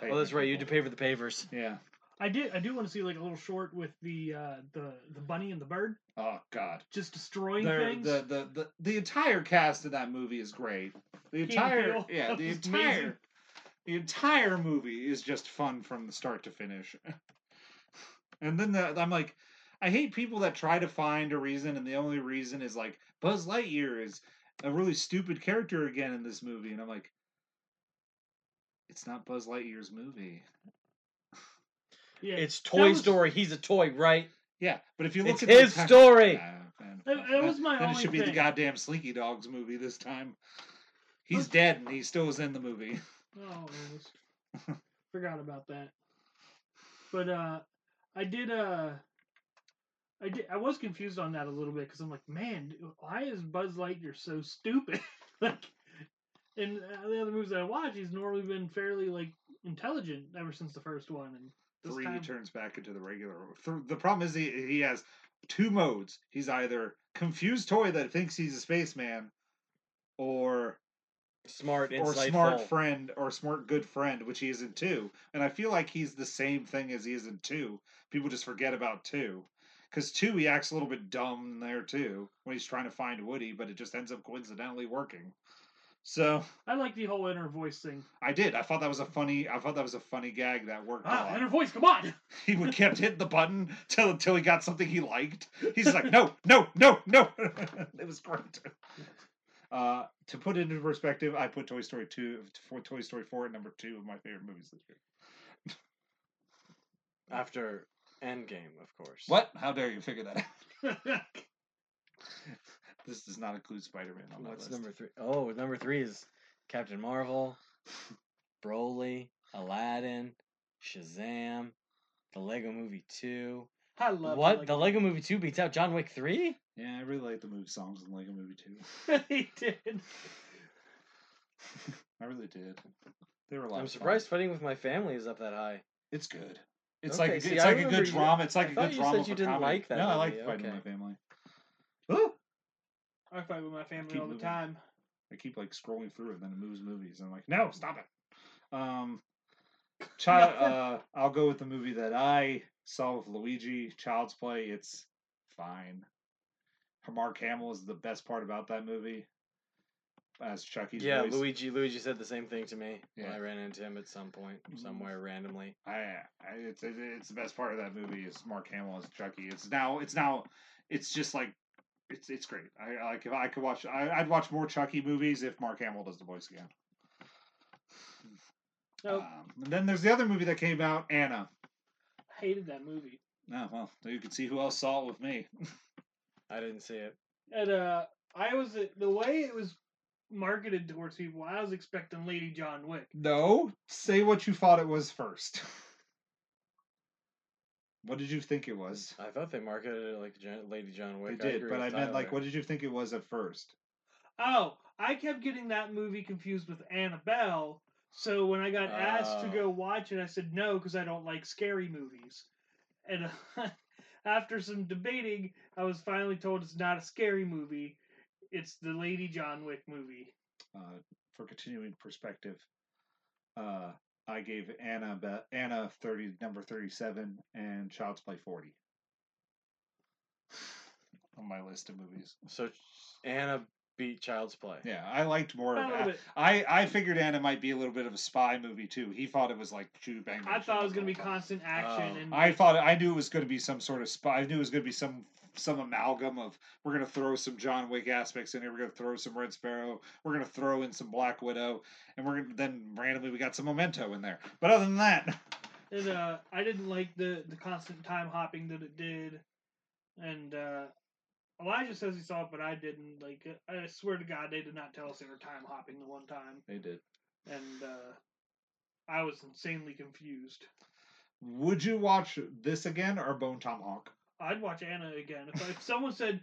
Speaker 1: pay
Speaker 3: oh that's
Speaker 1: for
Speaker 3: right you had to
Speaker 1: people.
Speaker 3: pay for the pavers
Speaker 1: Yeah.
Speaker 2: [laughs] I did. I do want to see like a little short with the uh, the the bunny and the bird
Speaker 1: Oh God.
Speaker 2: just destroying
Speaker 1: They're-
Speaker 2: things.
Speaker 1: The, the the the entire cast of that movie is great. The
Speaker 2: Keanu
Speaker 1: entire
Speaker 2: Peele.
Speaker 1: yeah,
Speaker 2: That
Speaker 1: the
Speaker 2: was
Speaker 1: entire
Speaker 2: amazing.
Speaker 1: the entire movie is just fun from the start to finish. [laughs] and then the, I'm like, I hate people that try to find a reason, and the only reason is like Buzz Lightyear is a really stupid character again in this movie, and I'm like, it's not Buzz Lightyear's movie.
Speaker 2: yeah.
Speaker 3: It's
Speaker 2: That
Speaker 3: Toy
Speaker 2: was-
Speaker 3: Story. He's a toy, right?
Speaker 1: Yeah, but if you look
Speaker 3: It's
Speaker 1: at the
Speaker 3: his
Speaker 1: entire-
Speaker 3: story.
Speaker 1: Ah, man,
Speaker 2: That-
Speaker 1: fuck
Speaker 2: that was my
Speaker 1: then
Speaker 2: only
Speaker 1: it should be the
Speaker 2: thing.
Speaker 1: goddamn Sleeky Dogs movie this time. He's
Speaker 2: Was-
Speaker 1: dead and he still was in the movie. [laughs]
Speaker 2: Oh, I was- forgot about that. But uh, I did. Uh, I did. I was confused on that a little bit because I'm [laughs] like, man, why is Buzz Lightyear so stupid? like, and uh, the other movies that I watch, he's normally been fairly like intelligent ever since the first one. And this
Speaker 1: Three
Speaker 2: time,
Speaker 1: turns back into the regular. Th- the problem is he, he has two modes. He's either confused toy that thinks he's a spaceman, or
Speaker 3: Smart,
Speaker 1: or
Speaker 3: insightful.
Speaker 1: smart friend or smart good friend, which he is in two. And I feel like he's the same thing as he is in two. People just forget about two. Because two, he acts a little bit dumb there too when he's trying to find Woody, but it just ends up coincidentally working. So
Speaker 2: I like the whole inner voice thing.
Speaker 1: I did. I thought that was a funny. I thought that was a funny gag that worked. a
Speaker 2: Ah,
Speaker 1: lot.
Speaker 2: inner voice, come on!
Speaker 1: He would kept hitting the button till till he got something he liked. He's like, no, no, no, no. [laughs] it was great. Uh, to put it into perspective, I put Toy Story two for Toy Story four at number two of my favorite movies this year.
Speaker 3: After Endgame, of course.
Speaker 1: What? How dare you figure that out? [laughs] this does not include Spider Man on my
Speaker 3: What's
Speaker 1: list.
Speaker 3: number three? Oh, number three is Captain Marvel, Broly, Aladdin, Shazam, The Lego Movie Two.
Speaker 2: I love
Speaker 3: what?
Speaker 2: Like,
Speaker 3: the Lego Movie Two beats out John Wick Three?
Speaker 1: Yeah, I really like the movie songs in Lego Movie two. [laughs]
Speaker 2: [laughs] he did.
Speaker 1: I really did. They were a lot.
Speaker 3: I'm
Speaker 1: of fun.
Speaker 3: surprised Fighting with My Family is up that high.
Speaker 1: It's good. It's
Speaker 3: Okay,
Speaker 1: like a, good-
Speaker 3: see,
Speaker 1: it's
Speaker 3: I
Speaker 1: like a
Speaker 3: remember
Speaker 1: good
Speaker 3: you-
Speaker 1: drama. It's like a
Speaker 3: thought
Speaker 1: good
Speaker 3: you
Speaker 1: drama.
Speaker 3: said you
Speaker 1: for
Speaker 3: didn't
Speaker 1: comedy.
Speaker 3: like that
Speaker 1: No, I
Speaker 3: movie,
Speaker 1: like Fighting
Speaker 3: okay.
Speaker 1: My Family. Ooh.
Speaker 2: I fight with my family
Speaker 1: Keep
Speaker 2: all the
Speaker 1: moving.
Speaker 2: time.
Speaker 1: I keep like scrolling through it, and then it moves movies. And I'm like, no, stop it. Um,
Speaker 3: [laughs]
Speaker 1: child. uh, I'll go with the movie that I saw with Luigi, Child's Play. It's fine. Mark Hamill is the best part about that movie. As Chucky's
Speaker 3: yeah,
Speaker 1: voice.
Speaker 3: Luigi. Luigi said the same thing to me. when
Speaker 1: Yeah.
Speaker 3: I ran into him at some point, somewhere randomly.
Speaker 1: I, I it's it, it's the best part of that movie is Mark Hamill as Chucky. It's now it's now it's just like it's it's great. I I like if I could watch I, I'd watch more Chucky movies if Mark Hamill does the voice again.
Speaker 2: Nope,
Speaker 1: Um, and then there's the other movie that came out, Anna.
Speaker 2: hated that movie.
Speaker 1: Oh, well, you can see who else saw it with me.
Speaker 3: I didn't see it.
Speaker 2: And uh, I was the way it was marketed towards people. I was expecting Lady John Wick.
Speaker 1: No, say what you thought it was first. [laughs] What did you think it was?
Speaker 3: I thought they marketed it like Jan- Lady John
Speaker 1: I
Speaker 3: Wick.
Speaker 1: did,
Speaker 3: agree
Speaker 1: but I
Speaker 3: with
Speaker 1: meant like,
Speaker 3: Tyler.
Speaker 1: what did you think it was at first?
Speaker 2: Oh, I kept getting that movie confused with Annabelle. So when I got asked to
Speaker 3: Oh.
Speaker 2: go watch it, I said no because I don't like scary movies. And [laughs] uh, after some debating, I was finally told it's not a scary movie. It's the Lady John Wick movie.
Speaker 1: uh, for continuing perspective, uh, I gave Anna about, Anna thirty number thirty seven and Child's Play forty on my list of movies.
Speaker 3: So Anna beat Child's Play.
Speaker 1: Yeah, I liked more.
Speaker 2: I
Speaker 1: Of,
Speaker 2: love
Speaker 1: I,
Speaker 2: it.
Speaker 1: I figured Anna might be a little bit of a spy movie too. He thought it was like shoot bang.
Speaker 2: I
Speaker 1: bang,
Speaker 2: thought
Speaker 1: shoot,
Speaker 2: it was
Speaker 1: bang,
Speaker 2: going to be
Speaker 1: bang.
Speaker 2: constant action,
Speaker 3: Oh.
Speaker 2: and
Speaker 1: I thought I knew it was going to be some sort of spy. I knew it was going to be some some amalgam of we're going to throw some John Wick aspects in here. We're going to throw some Red Sparrow. We're going to throw in some Black Widow, and we're gonna, then randomly we got some Memento in there. But other than that,
Speaker 2: and uh, I didn't like the the constant time hopping that it did. And uh, Elijah says he saw it, but I didn't. Like I swear to God, they did not tell us they were time hopping the one time.
Speaker 1: they did.
Speaker 2: and uh, I was insanely confused.
Speaker 1: Would you watch this again or Bone Tomahawk?
Speaker 2: I'd watch Anna again if, if someone said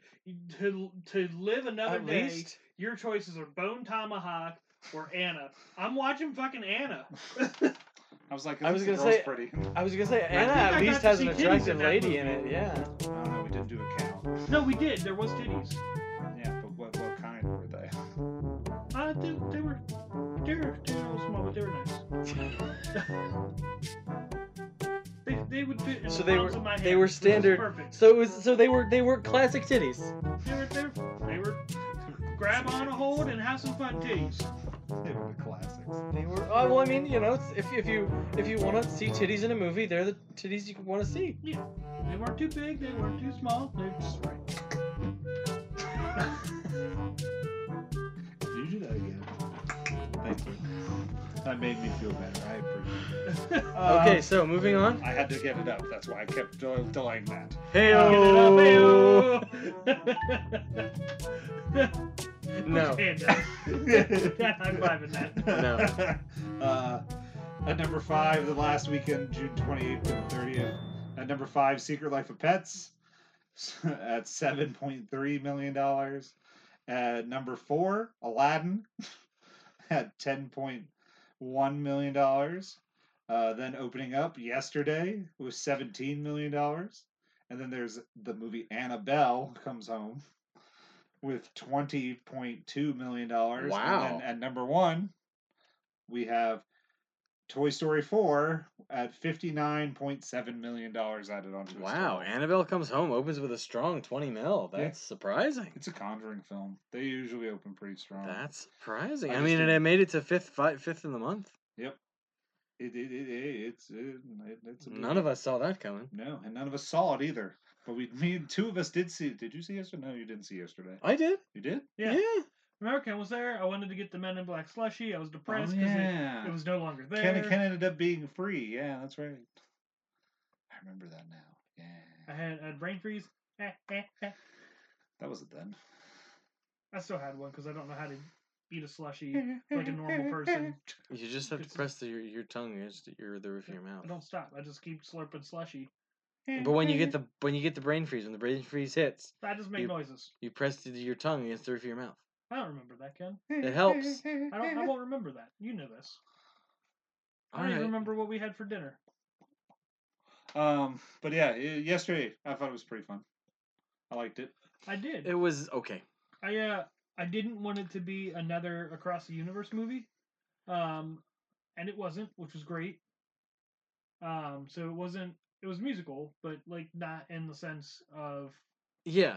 Speaker 2: to to live another
Speaker 3: At
Speaker 2: day.
Speaker 3: least
Speaker 2: Your choices are Bone Tomahawk or Anna. I'm watching fucking Anna.
Speaker 1: I was like,
Speaker 3: I
Speaker 1: at
Speaker 3: was
Speaker 1: least the
Speaker 3: gonna say-
Speaker 1: girl's pretty.
Speaker 3: I was gonna say
Speaker 2: think
Speaker 3: Anna
Speaker 2: I got
Speaker 3: at least
Speaker 2: to
Speaker 3: has
Speaker 2: see
Speaker 3: an
Speaker 2: titties in
Speaker 3: attractive
Speaker 2: that
Speaker 3: lady in
Speaker 2: movie.
Speaker 3: it. Yeah.
Speaker 1: I don't know. We didn't do a count.
Speaker 2: No, we did. There was titties.
Speaker 1: Yeah, but what what kind were they? [laughs]
Speaker 2: Uh, they, they were they were they were a little small, but they were nice.
Speaker 3: [laughs]
Speaker 2: they, they would fit. In
Speaker 3: So
Speaker 2: the
Speaker 3: they
Speaker 2: palms
Speaker 3: were-
Speaker 2: of my
Speaker 3: they
Speaker 2: hand.
Speaker 3: were
Speaker 2: It was
Speaker 3: standard-
Speaker 2: Perfect.
Speaker 3: So it was, so they were they were classic titties.
Speaker 2: They were, they were they were grab on a hold and have some fun titties.
Speaker 1: They were the classics.
Speaker 3: They were. Oh, well, I mean, you know, it's- if if you if you want to see titties in a movie, they're the titties you want to see.
Speaker 2: They weren't too big. They weren't too small. They just
Speaker 1: Can you do that again? Thank you. That made me feel better. I appreciate
Speaker 2: right.
Speaker 1: it.
Speaker 3: okay, so moving on.
Speaker 1: I had to get it up. That's why I kept del- delaying that.
Speaker 3: Hey-o. No.
Speaker 2: Hand [laughs] up. I'm vibing that.
Speaker 1: No. [laughs] Uh, at number five, the last weekend, June 28th and 30th. At number five, Secret Life of Pets [laughs] at $7.3 million. At number four, Aladdin [laughs] at ten point one million dollars. Uh, then opening up yesterday was seventeen million dollars, and then there's the movie Annabelle [laughs] comes home with twenty point two million dollars.
Speaker 3: Wow.
Speaker 1: And then at number one, we have Toy Story four at fifty nine point seven million dollars added on to its
Speaker 3: Wow,
Speaker 1: total.
Speaker 3: Annabelle comes home, opens with a strong 20 mil.
Speaker 1: Yeah.
Speaker 3: That's surprising.
Speaker 1: It's a Conjuring film. They usually open pretty strong.
Speaker 3: That's surprising.
Speaker 1: I
Speaker 3: Mm. I
Speaker 1: just
Speaker 3: mean, and it
Speaker 1: didn't-
Speaker 3: made it to fifth, fi- fifth in the month.
Speaker 1: It, it, it, it- it's it, it- it's a
Speaker 3: None of
Speaker 1: movie.
Speaker 3: us saw that coming.
Speaker 1: No, and none of us saw it either. But we, me and two of us did see. Did you see yesterday? No, you didn't see yesterday.
Speaker 2: Oh,
Speaker 3: I did.
Speaker 1: You did?
Speaker 2: Yeah.
Speaker 3: yeah.
Speaker 2: American was there. I wanted to get the Men in Black slushy. I was depressed
Speaker 1: Oh,
Speaker 2: because
Speaker 1: yeah.
Speaker 2: it, was no longer there.
Speaker 1: Ken, Ken ended up being free. Yeah, that's right. I remember that now.
Speaker 2: I
Speaker 1: Yeah.
Speaker 2: had, I had brain freeze. [laughs] Eh, eh, eh.
Speaker 1: That wasn't then.
Speaker 2: I still had one because I don't know how to eat a slushy [laughs] like a normal person.
Speaker 3: You just have to
Speaker 2: It's-
Speaker 3: press the, your, your tongue against your, the roof of your mouth.
Speaker 2: I don't stop. I just keep slurping slushy.
Speaker 3: But when you get the when you get the brain freeze, when the brain freeze hits,
Speaker 2: I just make
Speaker 3: You-
Speaker 2: noises.
Speaker 3: you press the, your tongue against the roof of your mouth.
Speaker 2: I don't remember that, Ken.
Speaker 3: It helps.
Speaker 2: I don't. I won't remember that. You know this. I
Speaker 3: All
Speaker 2: don't
Speaker 3: right.
Speaker 2: even remember what we had for dinner.
Speaker 1: Um, but yeah, y- yesterday I thought it was pretty fun. I liked it.
Speaker 2: I did.
Speaker 3: It was okay.
Speaker 2: I uh, I didn't want it to be another Across the Universe movie, um, and it wasn't, which was great. Um, so it wasn't. It was musical, but like not in the sense of
Speaker 3: Yeah.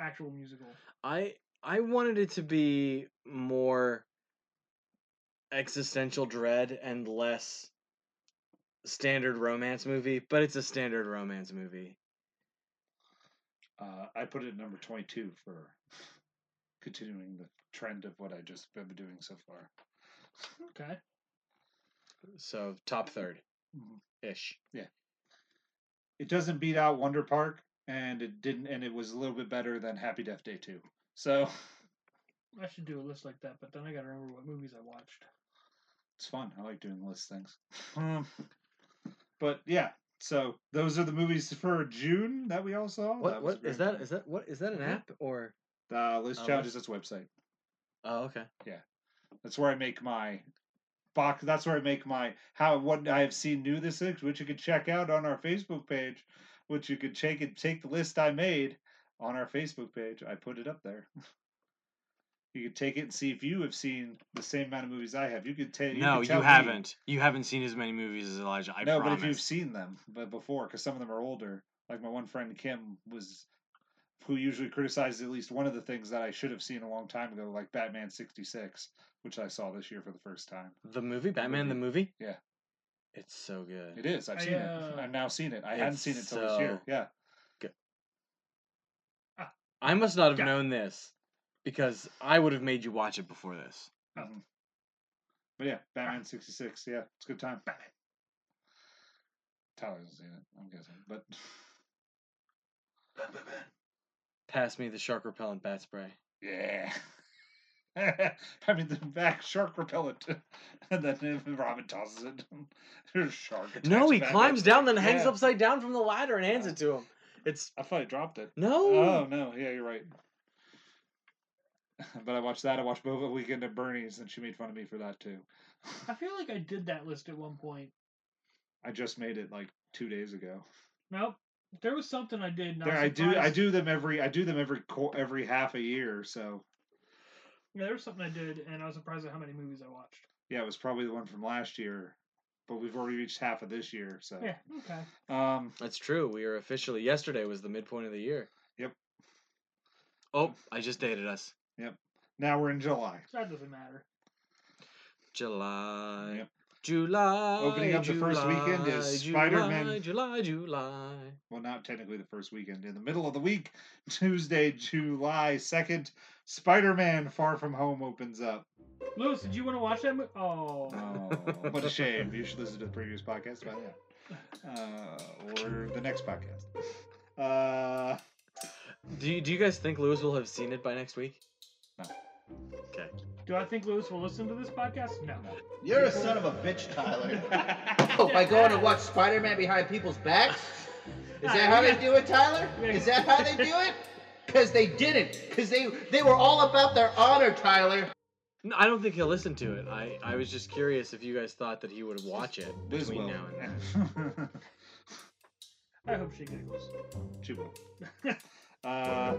Speaker 2: actual musical.
Speaker 3: I I wanted it to be more existential dread and less standard romance movie, but it's a standard romance movie.
Speaker 1: Uh, I put it at number twenty-two for [laughs] continuing the trend of what I just have been doing so far.
Speaker 2: Okay.
Speaker 3: So top third
Speaker 1: Mhm.
Speaker 3: ish.
Speaker 1: it doesn't beat out Wonder Park, and it didn't, and it was a little bit better than Happy Death Day two. So [laughs]
Speaker 2: I should do a list like that, but then I gotta remember what movies I watched.
Speaker 1: it's fun. I like doing list things. [laughs] Um, but yeah, so those are the movies for June Oh, that we all saw.
Speaker 3: What
Speaker 1: was
Speaker 3: what is
Speaker 1: great.
Speaker 3: that is that what is that an
Speaker 1: Mhm.
Speaker 3: app or
Speaker 1: Uh, list
Speaker 3: Oh,
Speaker 1: challenges. That's website.
Speaker 3: Oh okay.
Speaker 1: That's where I make my box. That's where I make my how what I have seen new this week, which you can check out on our Facebook page. Which you could check it. Take the list I made on our Facebook page. I put it up there. [laughs] You could take it and see if you have seen the same amount of movies I have. You could take.
Speaker 3: No, you haven't. You haven't seen as many movies as Elijah. I
Speaker 1: no, but
Speaker 3: promise.
Speaker 1: if you've seen them, but before, because some of them are older. Like my one friend Kim was, who usually criticizes at least one of the things that I should have seen a long time ago, like Batman '66, which I saw this year for the first time.
Speaker 3: The movie Batman the movie?
Speaker 1: Yeah.
Speaker 3: It's so good.
Speaker 1: It is. I've
Speaker 2: I,
Speaker 1: seen
Speaker 2: uh,
Speaker 1: it. I've now seen it. I hadn't
Speaker 3: it's uh,
Speaker 1: seen it till this year.
Speaker 3: so-
Speaker 1: Yeah.
Speaker 3: I must not have
Speaker 2: Yeah.
Speaker 3: known this because I would have made you watch it before this.
Speaker 2: Oh.
Speaker 1: Mhm. But yeah, Batman sixty six. Yeah, it's a good time. Tyler hasn't seen it. I'm guessing, but [laughs]
Speaker 3: Pass me the shark repellent bat spray.
Speaker 1: yeah. [laughs] I mean, the back shark repellent, [laughs] and then Robin tosses it. [laughs] There's shark.
Speaker 3: No,
Speaker 1: attacks
Speaker 3: he
Speaker 1: Batman.
Speaker 3: climbs down, then hangs
Speaker 1: Yeah.
Speaker 3: upside down from the ladder and hands
Speaker 1: Yeah.
Speaker 3: it to him. It's
Speaker 1: I thought I dropped it. Oh
Speaker 3: no.
Speaker 1: no! Yeah, you're right. [laughs] But I watched that. I watched Bova Weekend at Bernie's, and she made fun of me for that too.
Speaker 2: I feel like I did that list at one point.
Speaker 1: I just made it like two days ago.
Speaker 2: Nope. There was something I did. and
Speaker 1: There,
Speaker 2: was
Speaker 1: I do. I
Speaker 2: surprised.
Speaker 1: do them every. I do them every qu- every half a year. So
Speaker 2: Yeah, there was something I did, and I was surprised at how many movies I watched.
Speaker 1: yeah, it was probably the one from last year, but we've already reached half of this year. So
Speaker 2: Yeah. Okay.
Speaker 1: um,
Speaker 3: That's true. We are officially yesterday was the midpoint of the year.
Speaker 1: Yep.
Speaker 3: Oh, I just dated us.
Speaker 1: now we're in July.
Speaker 2: So that doesn't matter.
Speaker 3: July.
Speaker 1: Yep.
Speaker 3: July.
Speaker 1: Opening up the first weekend is
Speaker 3: July,
Speaker 1: Spider-Man.
Speaker 3: July, July.
Speaker 1: Well, not technically the first weekend. In the middle of the week, [laughs] Tuesday, July second, Spider-Man: Far From Home opens up.
Speaker 2: Lewis, did you want to watch that movie? Oh.
Speaker 1: Oh, what a shame! You should
Speaker 4: [laughs]
Speaker 1: listen to the previous podcast about that, uh, or the next podcast. Uh,
Speaker 3: Do you, do you guys think Lewis will have seen it by next week?
Speaker 2: Do I think Lewis will listen to this podcast? No.
Speaker 4: You're a son of a bitch, Tyler. [laughs]
Speaker 1: [laughs]
Speaker 4: Oh,
Speaker 2: by
Speaker 4: by
Speaker 2: going
Speaker 4: going
Speaker 2: to
Speaker 4: to watch Spider-Man behind people's backs? Is
Speaker 2: that
Speaker 4: that
Speaker 2: how
Speaker 4: how
Speaker 2: they
Speaker 4: they do it, Tyler? Is that how they do it? Because they didn't. Because they, they were all about their honor, Tyler.
Speaker 3: No, I don't think he'll listen to it. I, I was just curious if you guys thought that he would watch it
Speaker 1: Liz
Speaker 3: between
Speaker 1: will.
Speaker 3: now and then.
Speaker 1: [laughs]
Speaker 4: [laughs]
Speaker 2: I hope she giggles.
Speaker 1: she will. [laughs] Uh,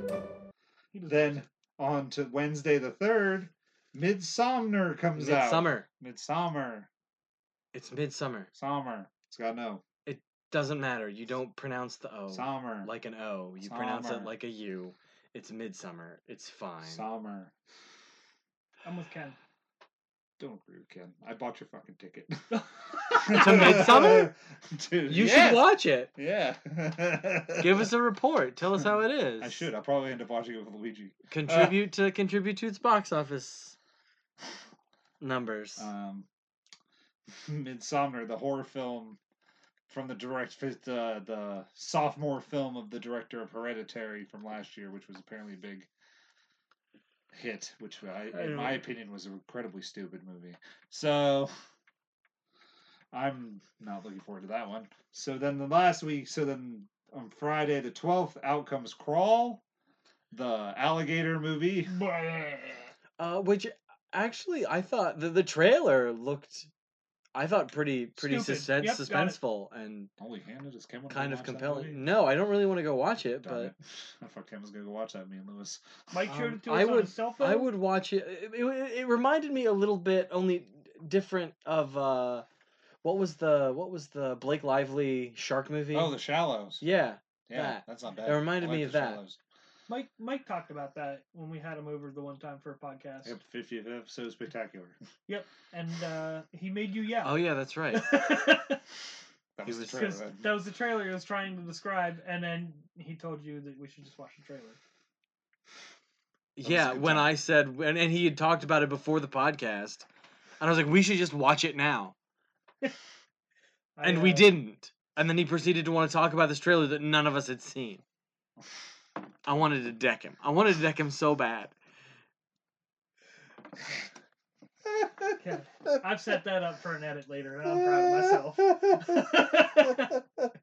Speaker 1: then on to Wednesday the third, Midsomner comes out.
Speaker 3: Midsummer.
Speaker 1: Midsummer.
Speaker 3: It's midsummer.
Speaker 1: Summer. It's got no.
Speaker 3: Doesn't matter. You don't pronounce the O
Speaker 1: Summer.
Speaker 3: Oh, like an O. You pronounce it
Speaker 1: Summer.
Speaker 3: like a U. It's midsummer. It's fine.
Speaker 1: Summer.
Speaker 2: I'm with Ken.
Speaker 1: Don't agree with Ken. I bought your fucking ticket.
Speaker 3: [laughs] To Midsummer?
Speaker 1: [laughs] Dude.
Speaker 3: You
Speaker 1: yes.
Speaker 3: should watch it.
Speaker 1: Yeah.
Speaker 3: Give us a report. Tell us how it is.
Speaker 1: [laughs] I should. Uh, I'll probably end up watching it with Luigi.
Speaker 3: contribute to contribute to its box office numbers.
Speaker 1: Um, [laughs] Midsomner, the horror film from the direct the the sophomore film of the director of Hereditary from last year, which was apparently a big hit, which I, in my
Speaker 3: Anyway.
Speaker 1: opinion was an incredibly stupid movie. So I'm not looking forward to that one. So then the last week, so then on Friday the twelfth, out comes Crawl, the alligator movie.
Speaker 3: uh, which actually, I thought the the trailer looked, I thought pretty pretty
Speaker 2: Stupid. Yep,
Speaker 3: suspen-
Speaker 2: got it.
Speaker 3: suspenseful and
Speaker 1: Holy handed is Cameron
Speaker 3: kind of compelling.
Speaker 1: movie?
Speaker 3: No, I don't really want to go watch it,
Speaker 1: Darn
Speaker 3: but
Speaker 1: it. [laughs] I thought Ken was gonna go watch that. Me and Lewis.
Speaker 2: Mike showed
Speaker 3: Um,
Speaker 2: it to us
Speaker 3: I
Speaker 2: on
Speaker 3: would-
Speaker 2: his cell phone.
Speaker 3: I would watch it. It, it. it reminded me a little bit, only different of uh, what was the what was the Blake Lively shark movie?
Speaker 1: Oh, The Shallows. Yeah,
Speaker 3: yeah, that.
Speaker 1: that's not bad.
Speaker 3: It reminded
Speaker 1: I like
Speaker 3: me
Speaker 1: The
Speaker 3: of that.
Speaker 1: Shallows.
Speaker 2: Mike Mike talked about that when we had him over the one time for a podcast,
Speaker 1: Yep, 50th episode spectacular. [laughs]
Speaker 2: and uh, he made you yell.
Speaker 3: Oh yeah, that's right.
Speaker 1: That
Speaker 3: He
Speaker 1: was,
Speaker 3: was-
Speaker 1: the
Speaker 2: [laughs]
Speaker 1: [laughs]
Speaker 2: 'Cause
Speaker 1: trailer.
Speaker 2: that was the trailer I was trying to describe, and then he told you that we should just watch the trailer.
Speaker 1: was a
Speaker 3: Yeah,
Speaker 1: good
Speaker 3: when
Speaker 1: time.
Speaker 3: I said and, and he had talked about it before the podcast, and I was like, we should just watch it now,
Speaker 2: I,
Speaker 3: and we
Speaker 2: uh,
Speaker 3: didn't. And then he proceeded to want to talk about this trailer that none of us had seen. I wanted to deck him. I wanted to deck him so bad.
Speaker 2: Ken, I've set that up for an edit later, and I'm proud of myself.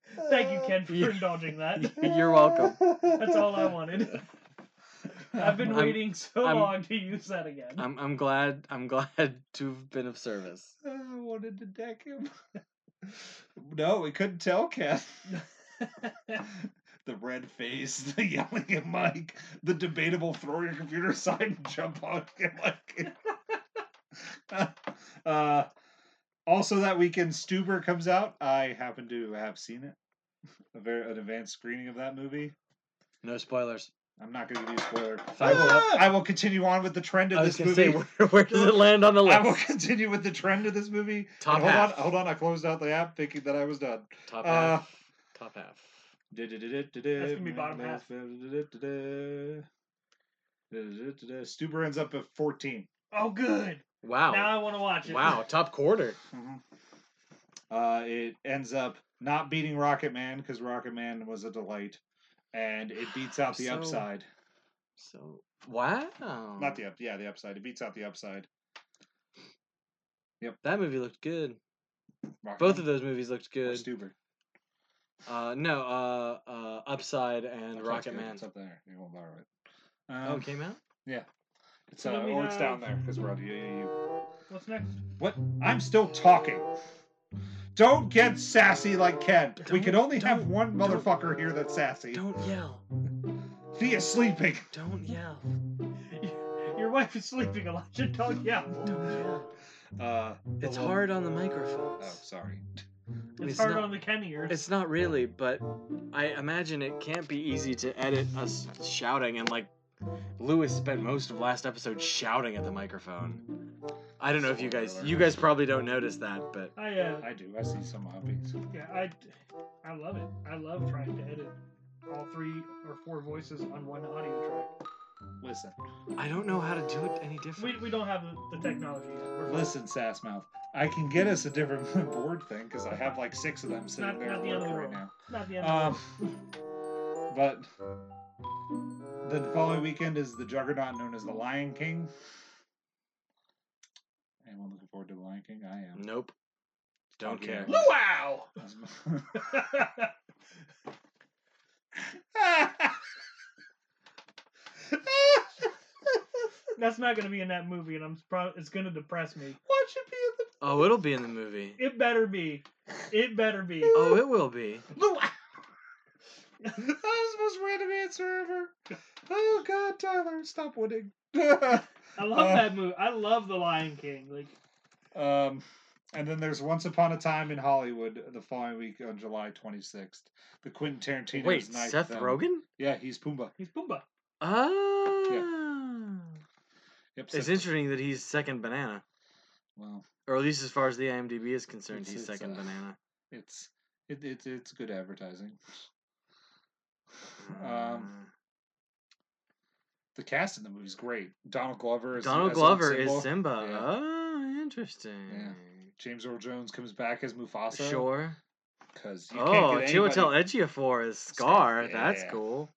Speaker 1: [laughs]
Speaker 2: Thank you, Ken, for
Speaker 3: You-
Speaker 2: indulging that.
Speaker 3: You're welcome.
Speaker 2: That's all I wanted.
Speaker 3: [laughs]
Speaker 2: I've
Speaker 1: [laughs]
Speaker 2: been
Speaker 3: I'm-
Speaker 2: waiting so
Speaker 3: I'm-
Speaker 2: long to use that again.
Speaker 3: I'm I'm glad I'm glad [laughs] to have been of service.
Speaker 1: I wanted to deck him. [laughs] No, we couldn't tell Ken. [laughs] the red face, [laughs] the yelling at Mike, the debatable throw your computer aside and jump on [laughs] him like. uh, also, that weekend, Stuber comes out. I happen to have seen it. A very an advanced screening of that movie.
Speaker 3: No spoilers.
Speaker 1: I'm not going to give you a spoiler.
Speaker 3: I will-
Speaker 1: I will continue on with the trend of
Speaker 3: I was
Speaker 1: this
Speaker 3: gonna
Speaker 1: movie.
Speaker 3: say [laughs] where, where does it land on the
Speaker 1: I will
Speaker 3: list?
Speaker 1: continue with the trend of this movie.
Speaker 3: Top
Speaker 1: hold
Speaker 3: half.
Speaker 1: on, hold on. I closed out the app thinking that I was done.
Speaker 3: Top
Speaker 1: uh,
Speaker 3: half. Top half.
Speaker 1: That's
Speaker 2: gonna be bottom half.
Speaker 1: Stuber ends up at 14.
Speaker 2: oh, good.
Speaker 3: Wow.
Speaker 2: Now I want to watch it.
Speaker 3: Wow. Top quarter.
Speaker 1: Uh, it ends up not beating Rocket Man because Rocket Man was a delight. And it beats out the
Speaker 3: So-
Speaker 1: upside. [laughs]
Speaker 3: So wow.
Speaker 1: Not the up, yeah, the upside. It beats out the upside.
Speaker 3: That movie looked good.
Speaker 1: Rocket
Speaker 3: Both of
Speaker 1: Man
Speaker 3: those movies looked
Speaker 1: or
Speaker 3: good.
Speaker 1: Stuber.
Speaker 3: Uh, no, uh, uh, Upside and
Speaker 1: Upside's
Speaker 3: Rocket
Speaker 1: good.
Speaker 3: Man.
Speaker 1: It's up there. You won't borrow it.
Speaker 3: Oh,
Speaker 1: Um,
Speaker 3: it came out.
Speaker 1: It's,
Speaker 2: So
Speaker 1: uh,
Speaker 2: then we
Speaker 1: or it's
Speaker 2: have-
Speaker 1: down there because we're on UAU.
Speaker 2: [laughs] What's next? [laughs]
Speaker 1: What? I'm still talking. Don't get sassy like Ken. we can
Speaker 3: Don't-
Speaker 1: only have
Speaker 3: don't-
Speaker 1: one
Speaker 3: don't-
Speaker 1: motherfucker here that's sassy.
Speaker 3: Don't yell!
Speaker 1: Thea's sleeping.
Speaker 3: Don't yell!
Speaker 2: Your wife is sleeping, Elijah. Don't yell.
Speaker 3: Don't yell!
Speaker 1: Uh, Mm-hmm. the
Speaker 3: It's
Speaker 1: little-
Speaker 3: hard on the
Speaker 1: Oh,
Speaker 3: microphones.
Speaker 1: sorry.
Speaker 2: It's,
Speaker 3: It's
Speaker 2: hard
Speaker 3: not-
Speaker 2: on the Ken ears.
Speaker 3: It's not really, but I imagine it can't be easy to edit us shouting and like Lewis spent most of last episode shouting at the microphone. I don't know if you guys you guys probably don't notice that, but
Speaker 2: I uh,
Speaker 1: I do. I see some hobbies.
Speaker 2: yeah, I, I love it. I love trying to edit all three or four voices on one audio
Speaker 1: Listen.
Speaker 3: I don't know how to do it any
Speaker 2: track. We,
Speaker 3: different.
Speaker 2: we don't have the, the technology yet. We're
Speaker 1: Listen, Sassmouth. I can get us a different [laughs] board thing because I have like six of them sitting
Speaker 2: Not-
Speaker 1: there
Speaker 2: not
Speaker 1: at
Speaker 2: the
Speaker 1: work
Speaker 2: other
Speaker 1: right
Speaker 2: one.
Speaker 1: now.
Speaker 2: not the end. of
Speaker 1: Um, but the following weekend is the juggernaut known as the Lion King. Anyone looking forward to the Lion King? I
Speaker 3: [laughs]
Speaker 1: am.
Speaker 3: Nope. Don't
Speaker 1: Okay.
Speaker 3: care.
Speaker 2: it. Luau!
Speaker 1: That's my- [laughs]
Speaker 2: [laughs] that's not going to be in that movie, and I'm pro- it's going to depress me.
Speaker 1: What should be in
Speaker 3: Oh, it'll be in
Speaker 2: [laughs]
Speaker 3: the movie.
Speaker 2: It better be. It better be.
Speaker 3: Oh, it will be.
Speaker 1: the? [laughs] that was the most random answer ever. Oh God, Tyler, stop winning. [laughs]
Speaker 2: I love
Speaker 1: Uh.
Speaker 2: that movie. I love The Lion King. Like
Speaker 1: um, and then there's Once Upon a Time in Hollywood uh, the following week on July 26th. The Quentin Tarantino.
Speaker 3: Wait,
Speaker 1: ninth
Speaker 3: Seth
Speaker 1: film.
Speaker 3: Rogen?
Speaker 1: Yeah, he's Pumbaa.
Speaker 2: he's Pumbaa.
Speaker 3: Oh.
Speaker 1: Yep.
Speaker 3: It's
Speaker 1: Seth-
Speaker 3: interesting that he's second banana,
Speaker 1: Well,
Speaker 3: or at least as far as the IMDb is concerned,
Speaker 1: It's-
Speaker 3: he's
Speaker 1: it's,
Speaker 3: second
Speaker 1: uh,
Speaker 3: banana.
Speaker 1: it's it, it, it's good advertising.
Speaker 3: Uh,
Speaker 1: um, The cast in the movie is great. Donald Glover
Speaker 3: Uh,
Speaker 1: is
Speaker 3: Donald
Speaker 1: as old
Speaker 3: Glover is
Speaker 1: Simba.
Speaker 3: Simba.
Speaker 1: Yeah.
Speaker 3: Oh, interesting.
Speaker 1: James Earl Jones comes back as Mufasa.
Speaker 3: Sure.
Speaker 1: Because you
Speaker 3: Oh,
Speaker 1: can't get
Speaker 3: Chiwetel
Speaker 1: anybody.
Speaker 3: Ejiofor is
Speaker 1: Scar,
Speaker 3: Scar. That's
Speaker 1: yeah.
Speaker 3: cool.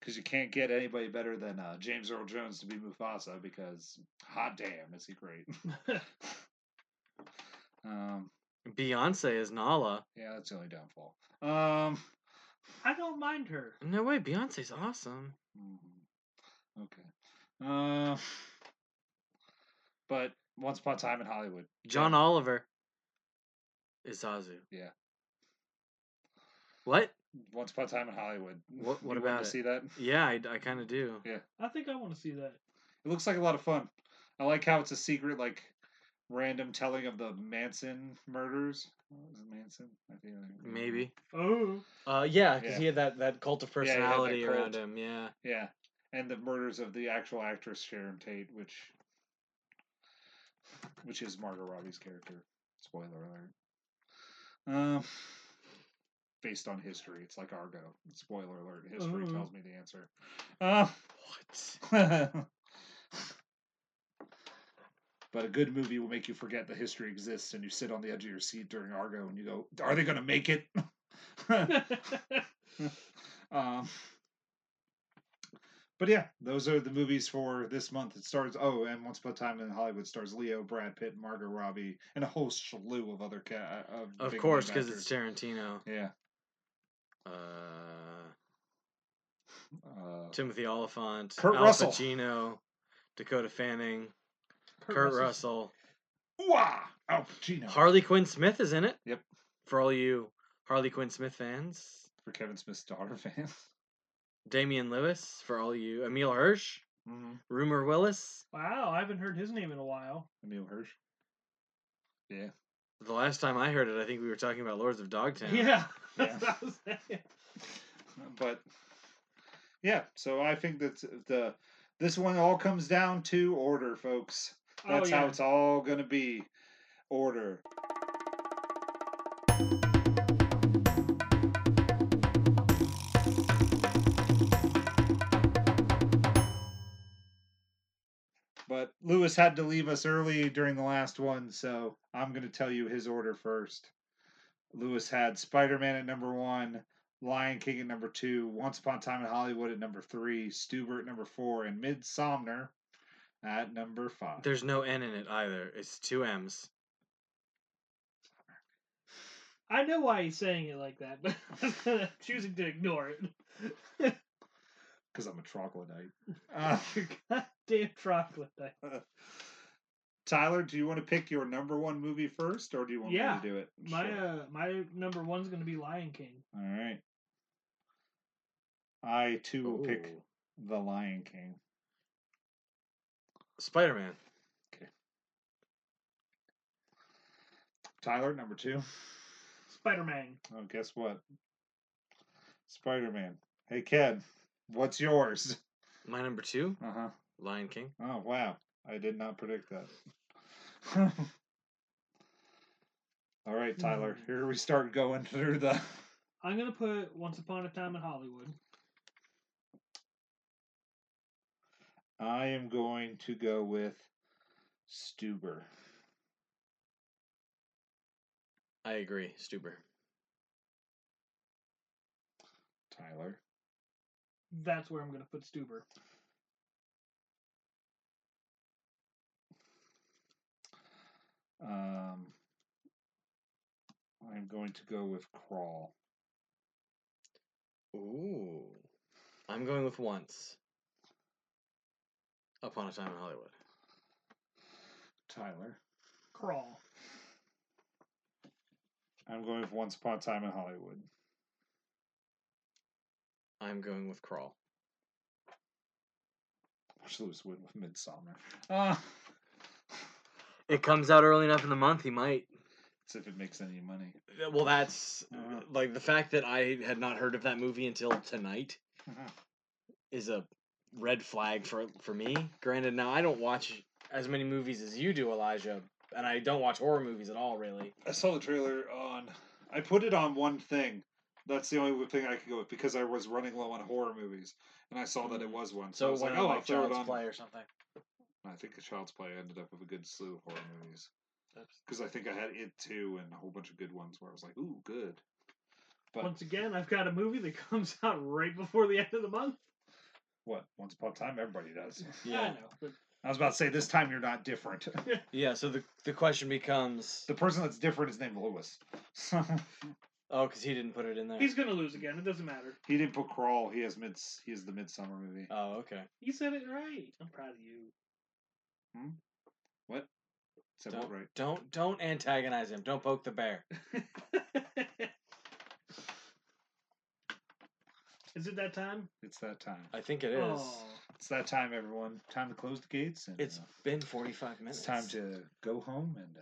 Speaker 1: Because you can't get anybody better than uh, James Earl Jones to be Mufasa. Because hot damn, is he
Speaker 3: [laughs]
Speaker 1: great? um,
Speaker 3: Beyonce is Nala.
Speaker 1: yeah, that's the only downfall. Um,
Speaker 2: I don't mind her.
Speaker 3: No way, Beyonce's awesome.
Speaker 1: mhm. okay. Uh, but Once Upon a Time in Hollywood.
Speaker 3: John
Speaker 1: Yeah.
Speaker 3: Oliver is Zazu.
Speaker 1: Yeah.
Speaker 3: What?
Speaker 1: Once Upon a Time in Hollywood.
Speaker 3: What- what
Speaker 1: You wanted
Speaker 3: about
Speaker 1: to
Speaker 3: it?
Speaker 1: see that?
Speaker 3: Yeah, I, I kind of do.
Speaker 2: I think I want to see that.
Speaker 1: It looks like a lot of fun. I like how it's a secret, like random telling of the Manson murders. Was it Manson? I think I remember.
Speaker 3: Maybe.
Speaker 2: Oh, [laughs]
Speaker 3: Uh, yeah, because
Speaker 1: Yeah.
Speaker 3: he had that, that cult of
Speaker 1: Yeah, he had that
Speaker 3: personality around
Speaker 1: cult.
Speaker 3: him. Yeah.
Speaker 1: Yeah, and the murders of the actual actress Sharon Tate, which, which is Margot Robbie's character. Spoiler alert. Um, based on history, it's like Argo. Spoiler alert. History
Speaker 2: Oh.
Speaker 1: tells me the answer. Um, Uh,
Speaker 3: What?
Speaker 1: [laughs] but a good movie will make you forget that history exists, and you sit on the edge of your seat during Argo, and you go, "Are they going to make it?" [laughs] um, [laughs] but yeah, those are the movies for this month. It stars oh, and Once Upon a Time in Hollywood stars Leo, Brad Pitt, Margot Robbie, and a whole slew of other ca- of,
Speaker 3: Of
Speaker 1: big
Speaker 3: course,
Speaker 1: name
Speaker 3: because it's
Speaker 1: actors.
Speaker 3: Tarantino.
Speaker 1: yeah,
Speaker 3: Uh,
Speaker 1: uh,
Speaker 3: Timothy Oliphant,
Speaker 1: Kurt
Speaker 3: Al
Speaker 1: Russell.
Speaker 3: Pacino, Dakota Fanning, Kurt, Russell.
Speaker 1: Wah! Al Pacino
Speaker 3: Harley Quinn Smith is in it.
Speaker 1: Yep.
Speaker 3: For all you Harley Quinn Smith fans,
Speaker 1: for Kevin Smith's daughter [laughs] fans.
Speaker 3: Damian Lewis. For all you Emil Hirsch,
Speaker 1: Mm-hmm.
Speaker 3: Rumor Willis.
Speaker 2: Wow, I haven't heard his name in a while.
Speaker 1: Emil Hirsch. Yeah.
Speaker 3: The last time I heard it, I think we were talking about Lords of Dogtown.
Speaker 2: Yeah, [laughs]
Speaker 1: Yeah.
Speaker 2: that's what I was saying.
Speaker 1: but yeah, so I think that the this one all comes down to order, folks. That's
Speaker 2: oh, yeah.
Speaker 1: how it's all gonna be. Order. But Lewis had to leave us early during the last one, so I'm going to tell you his order first. Lewis had Spider Man at number one, Lion King at number two, Once Upon a Time in Hollywood at number three, Stuber at number four, and Midsomner at number five.
Speaker 3: There's no N in it either. It's two M's.
Speaker 2: I know why he's saying it like that, but [laughs] I'm choosing to ignore it.
Speaker 1: because I'm a troglodyte. Uh, [laughs]
Speaker 2: [laughs] You're goddamn troglodyte.
Speaker 1: Tyler, do you want to pick your number one movie first, or do you want
Speaker 2: Yeah.
Speaker 1: me to do it?
Speaker 2: My
Speaker 1: Sure.
Speaker 2: uh, my number one's gonna be Lion King.
Speaker 1: All right. I too will pick
Speaker 3: Ooh.
Speaker 1: The Lion King.
Speaker 3: Spider Man.
Speaker 1: Tyler, number two.
Speaker 2: Spider Man.
Speaker 1: Oh, guess what? Spider Man. Hey, Ken, what's yours?
Speaker 3: My number two,
Speaker 1: Uh huh.
Speaker 3: Lion King.
Speaker 1: Oh, wow. I did not predict that. [laughs] All right, Tyler,
Speaker 2: Hmm.
Speaker 1: here we start going through the.
Speaker 2: I'm gonna put Once Upon a Time in Hollywood.
Speaker 1: I am going to go with Stuber.
Speaker 3: I agree, Stuber.
Speaker 1: Tyler.
Speaker 2: That's where I'm gonna put Stuber.
Speaker 1: Um, I'm going to go with Crawl.
Speaker 3: Ooh. I'm going with once. Upon a Time in Hollywood.
Speaker 1: Tyler.
Speaker 2: Crawl.
Speaker 1: I'm going with Once Upon a Time in Hollywood.
Speaker 3: I'm going with Crawl.
Speaker 1: Which Lewis went with Midsummer. Uh,
Speaker 3: It comes out early enough in the month. He might.
Speaker 1: see if it makes any money. [laughs]
Speaker 3: Uh, Well, that's uh,
Speaker 1: Uh-huh.
Speaker 3: like the fact that I had not heard of that movie until tonight is a red flag for for me. Granted, now I don't watch as many movies as you do, Elijah, and I don't watch horror movies at all, really.
Speaker 1: I saw the trailer on. I put it on one thing. That's the only thing I could go with because I was running low on horror movies, and I saw that it was one. So, I
Speaker 3: So
Speaker 1: was
Speaker 3: when
Speaker 1: like,
Speaker 3: like,
Speaker 1: "Oh, I'll
Speaker 3: like
Speaker 1: throw it
Speaker 3: Child's
Speaker 1: on."
Speaker 3: Play or something.
Speaker 1: I think the Child's Play ended up with a good slew of horror movies because I think I had It too and a whole bunch of good ones where I was like, "Ooh, good." But
Speaker 2: Once again, I've got a movie that [laughs] comes out right before the end of the month.
Speaker 1: what? Once upon a time, everybody does.
Speaker 2: I
Speaker 3: Yeah,
Speaker 2: know, but
Speaker 1: I was about to say this time you're not different. [laughs]
Speaker 3: yeah. So the the question becomes,
Speaker 1: the person that's different is named Lewis. [laughs]
Speaker 3: oh, because he didn't put it in there.
Speaker 2: he's gonna lose again. It doesn't matter.
Speaker 1: he didn't put Crawl. He has mid. He is the Midsummer movie.
Speaker 3: Oh, okay.
Speaker 2: You said it right. I'm proud of you.
Speaker 1: what? Said
Speaker 3: Don't
Speaker 1: what right?
Speaker 3: don't don't antagonize him. Don't poke the bear.
Speaker 2: [laughs] Is it that time?
Speaker 1: It's that time.
Speaker 3: I think it is.
Speaker 2: Oh.
Speaker 1: It's that time, everyone. Time to close the gates. And,
Speaker 3: It's
Speaker 1: uh,
Speaker 3: been forty five minutes.
Speaker 1: it's time to go home and uh,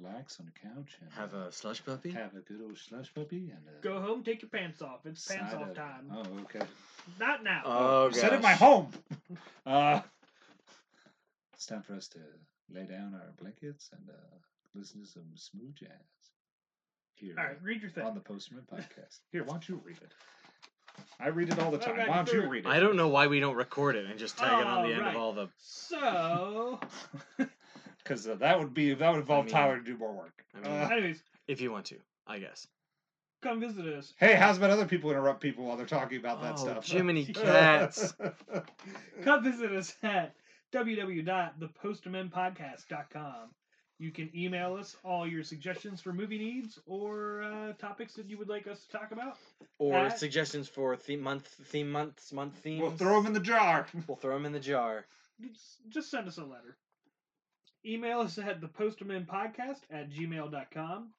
Speaker 1: relax on the couch and
Speaker 3: have
Speaker 1: uh,
Speaker 3: a slush puppy.
Speaker 1: have a good old slush puppy and uh,
Speaker 2: Go home, take your pants off. It's pants
Speaker 1: side
Speaker 2: off
Speaker 1: of-
Speaker 2: time.
Speaker 1: Oh, okay.
Speaker 2: Not now.
Speaker 3: Oh,
Speaker 1: you said it in my
Speaker 3: gosh.
Speaker 1: home. Uh, it's time for us to lay down our blankets and uh, listen to some smooth jazz here
Speaker 2: All right, read your thing.
Speaker 1: on the Postman podcast. Here, why don't you read it? I read it all the
Speaker 2: All
Speaker 1: time.
Speaker 2: right,
Speaker 1: why don't you
Speaker 2: sure.
Speaker 1: read it?
Speaker 3: I don't know why we don't record it and just tag it
Speaker 1: Oh,
Speaker 3: on the end
Speaker 2: Alright.
Speaker 3: of all the. [laughs]
Speaker 2: So,
Speaker 1: because uh, that would be that would involve
Speaker 3: mean-
Speaker 1: Tyler to do more work.
Speaker 3: I mean-
Speaker 1: Uh,
Speaker 2: anyways,
Speaker 3: If you want to, I guess.
Speaker 2: come visit us.
Speaker 1: Hey, how's about other people interrupt people while they're talking about that
Speaker 3: Oh,
Speaker 1: stuff?
Speaker 3: Jiminy
Speaker 1: [laughs]
Speaker 3: cats.
Speaker 2: Come visit us at www.thepostamenpodcast.com. You can email us all your suggestions for movie needs or uh, topics that you would like us to talk about.
Speaker 3: Or
Speaker 2: Uh,
Speaker 3: suggestions for theme month, theme months, month themes.
Speaker 1: we'll throw them in the jar.
Speaker 3: We'll throw 'em in the jar.
Speaker 2: Just- Just send us a letter. Email us at thepostamenpodcast at gmail.com.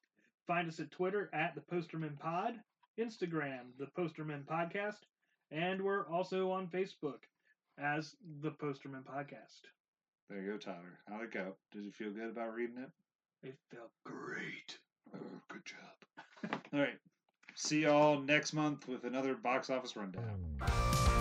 Speaker 2: Find us at Twitter at thepostamenpod, Instagram, the Posterman Podcast, and we're also on Facebook as the Posterman Podcast.
Speaker 1: There you go, Tyler. How'd it go? Did you feel good about reading it?
Speaker 2: It felt great.
Speaker 1: Oh, good job. All right. See y'all next month with another box office rundown.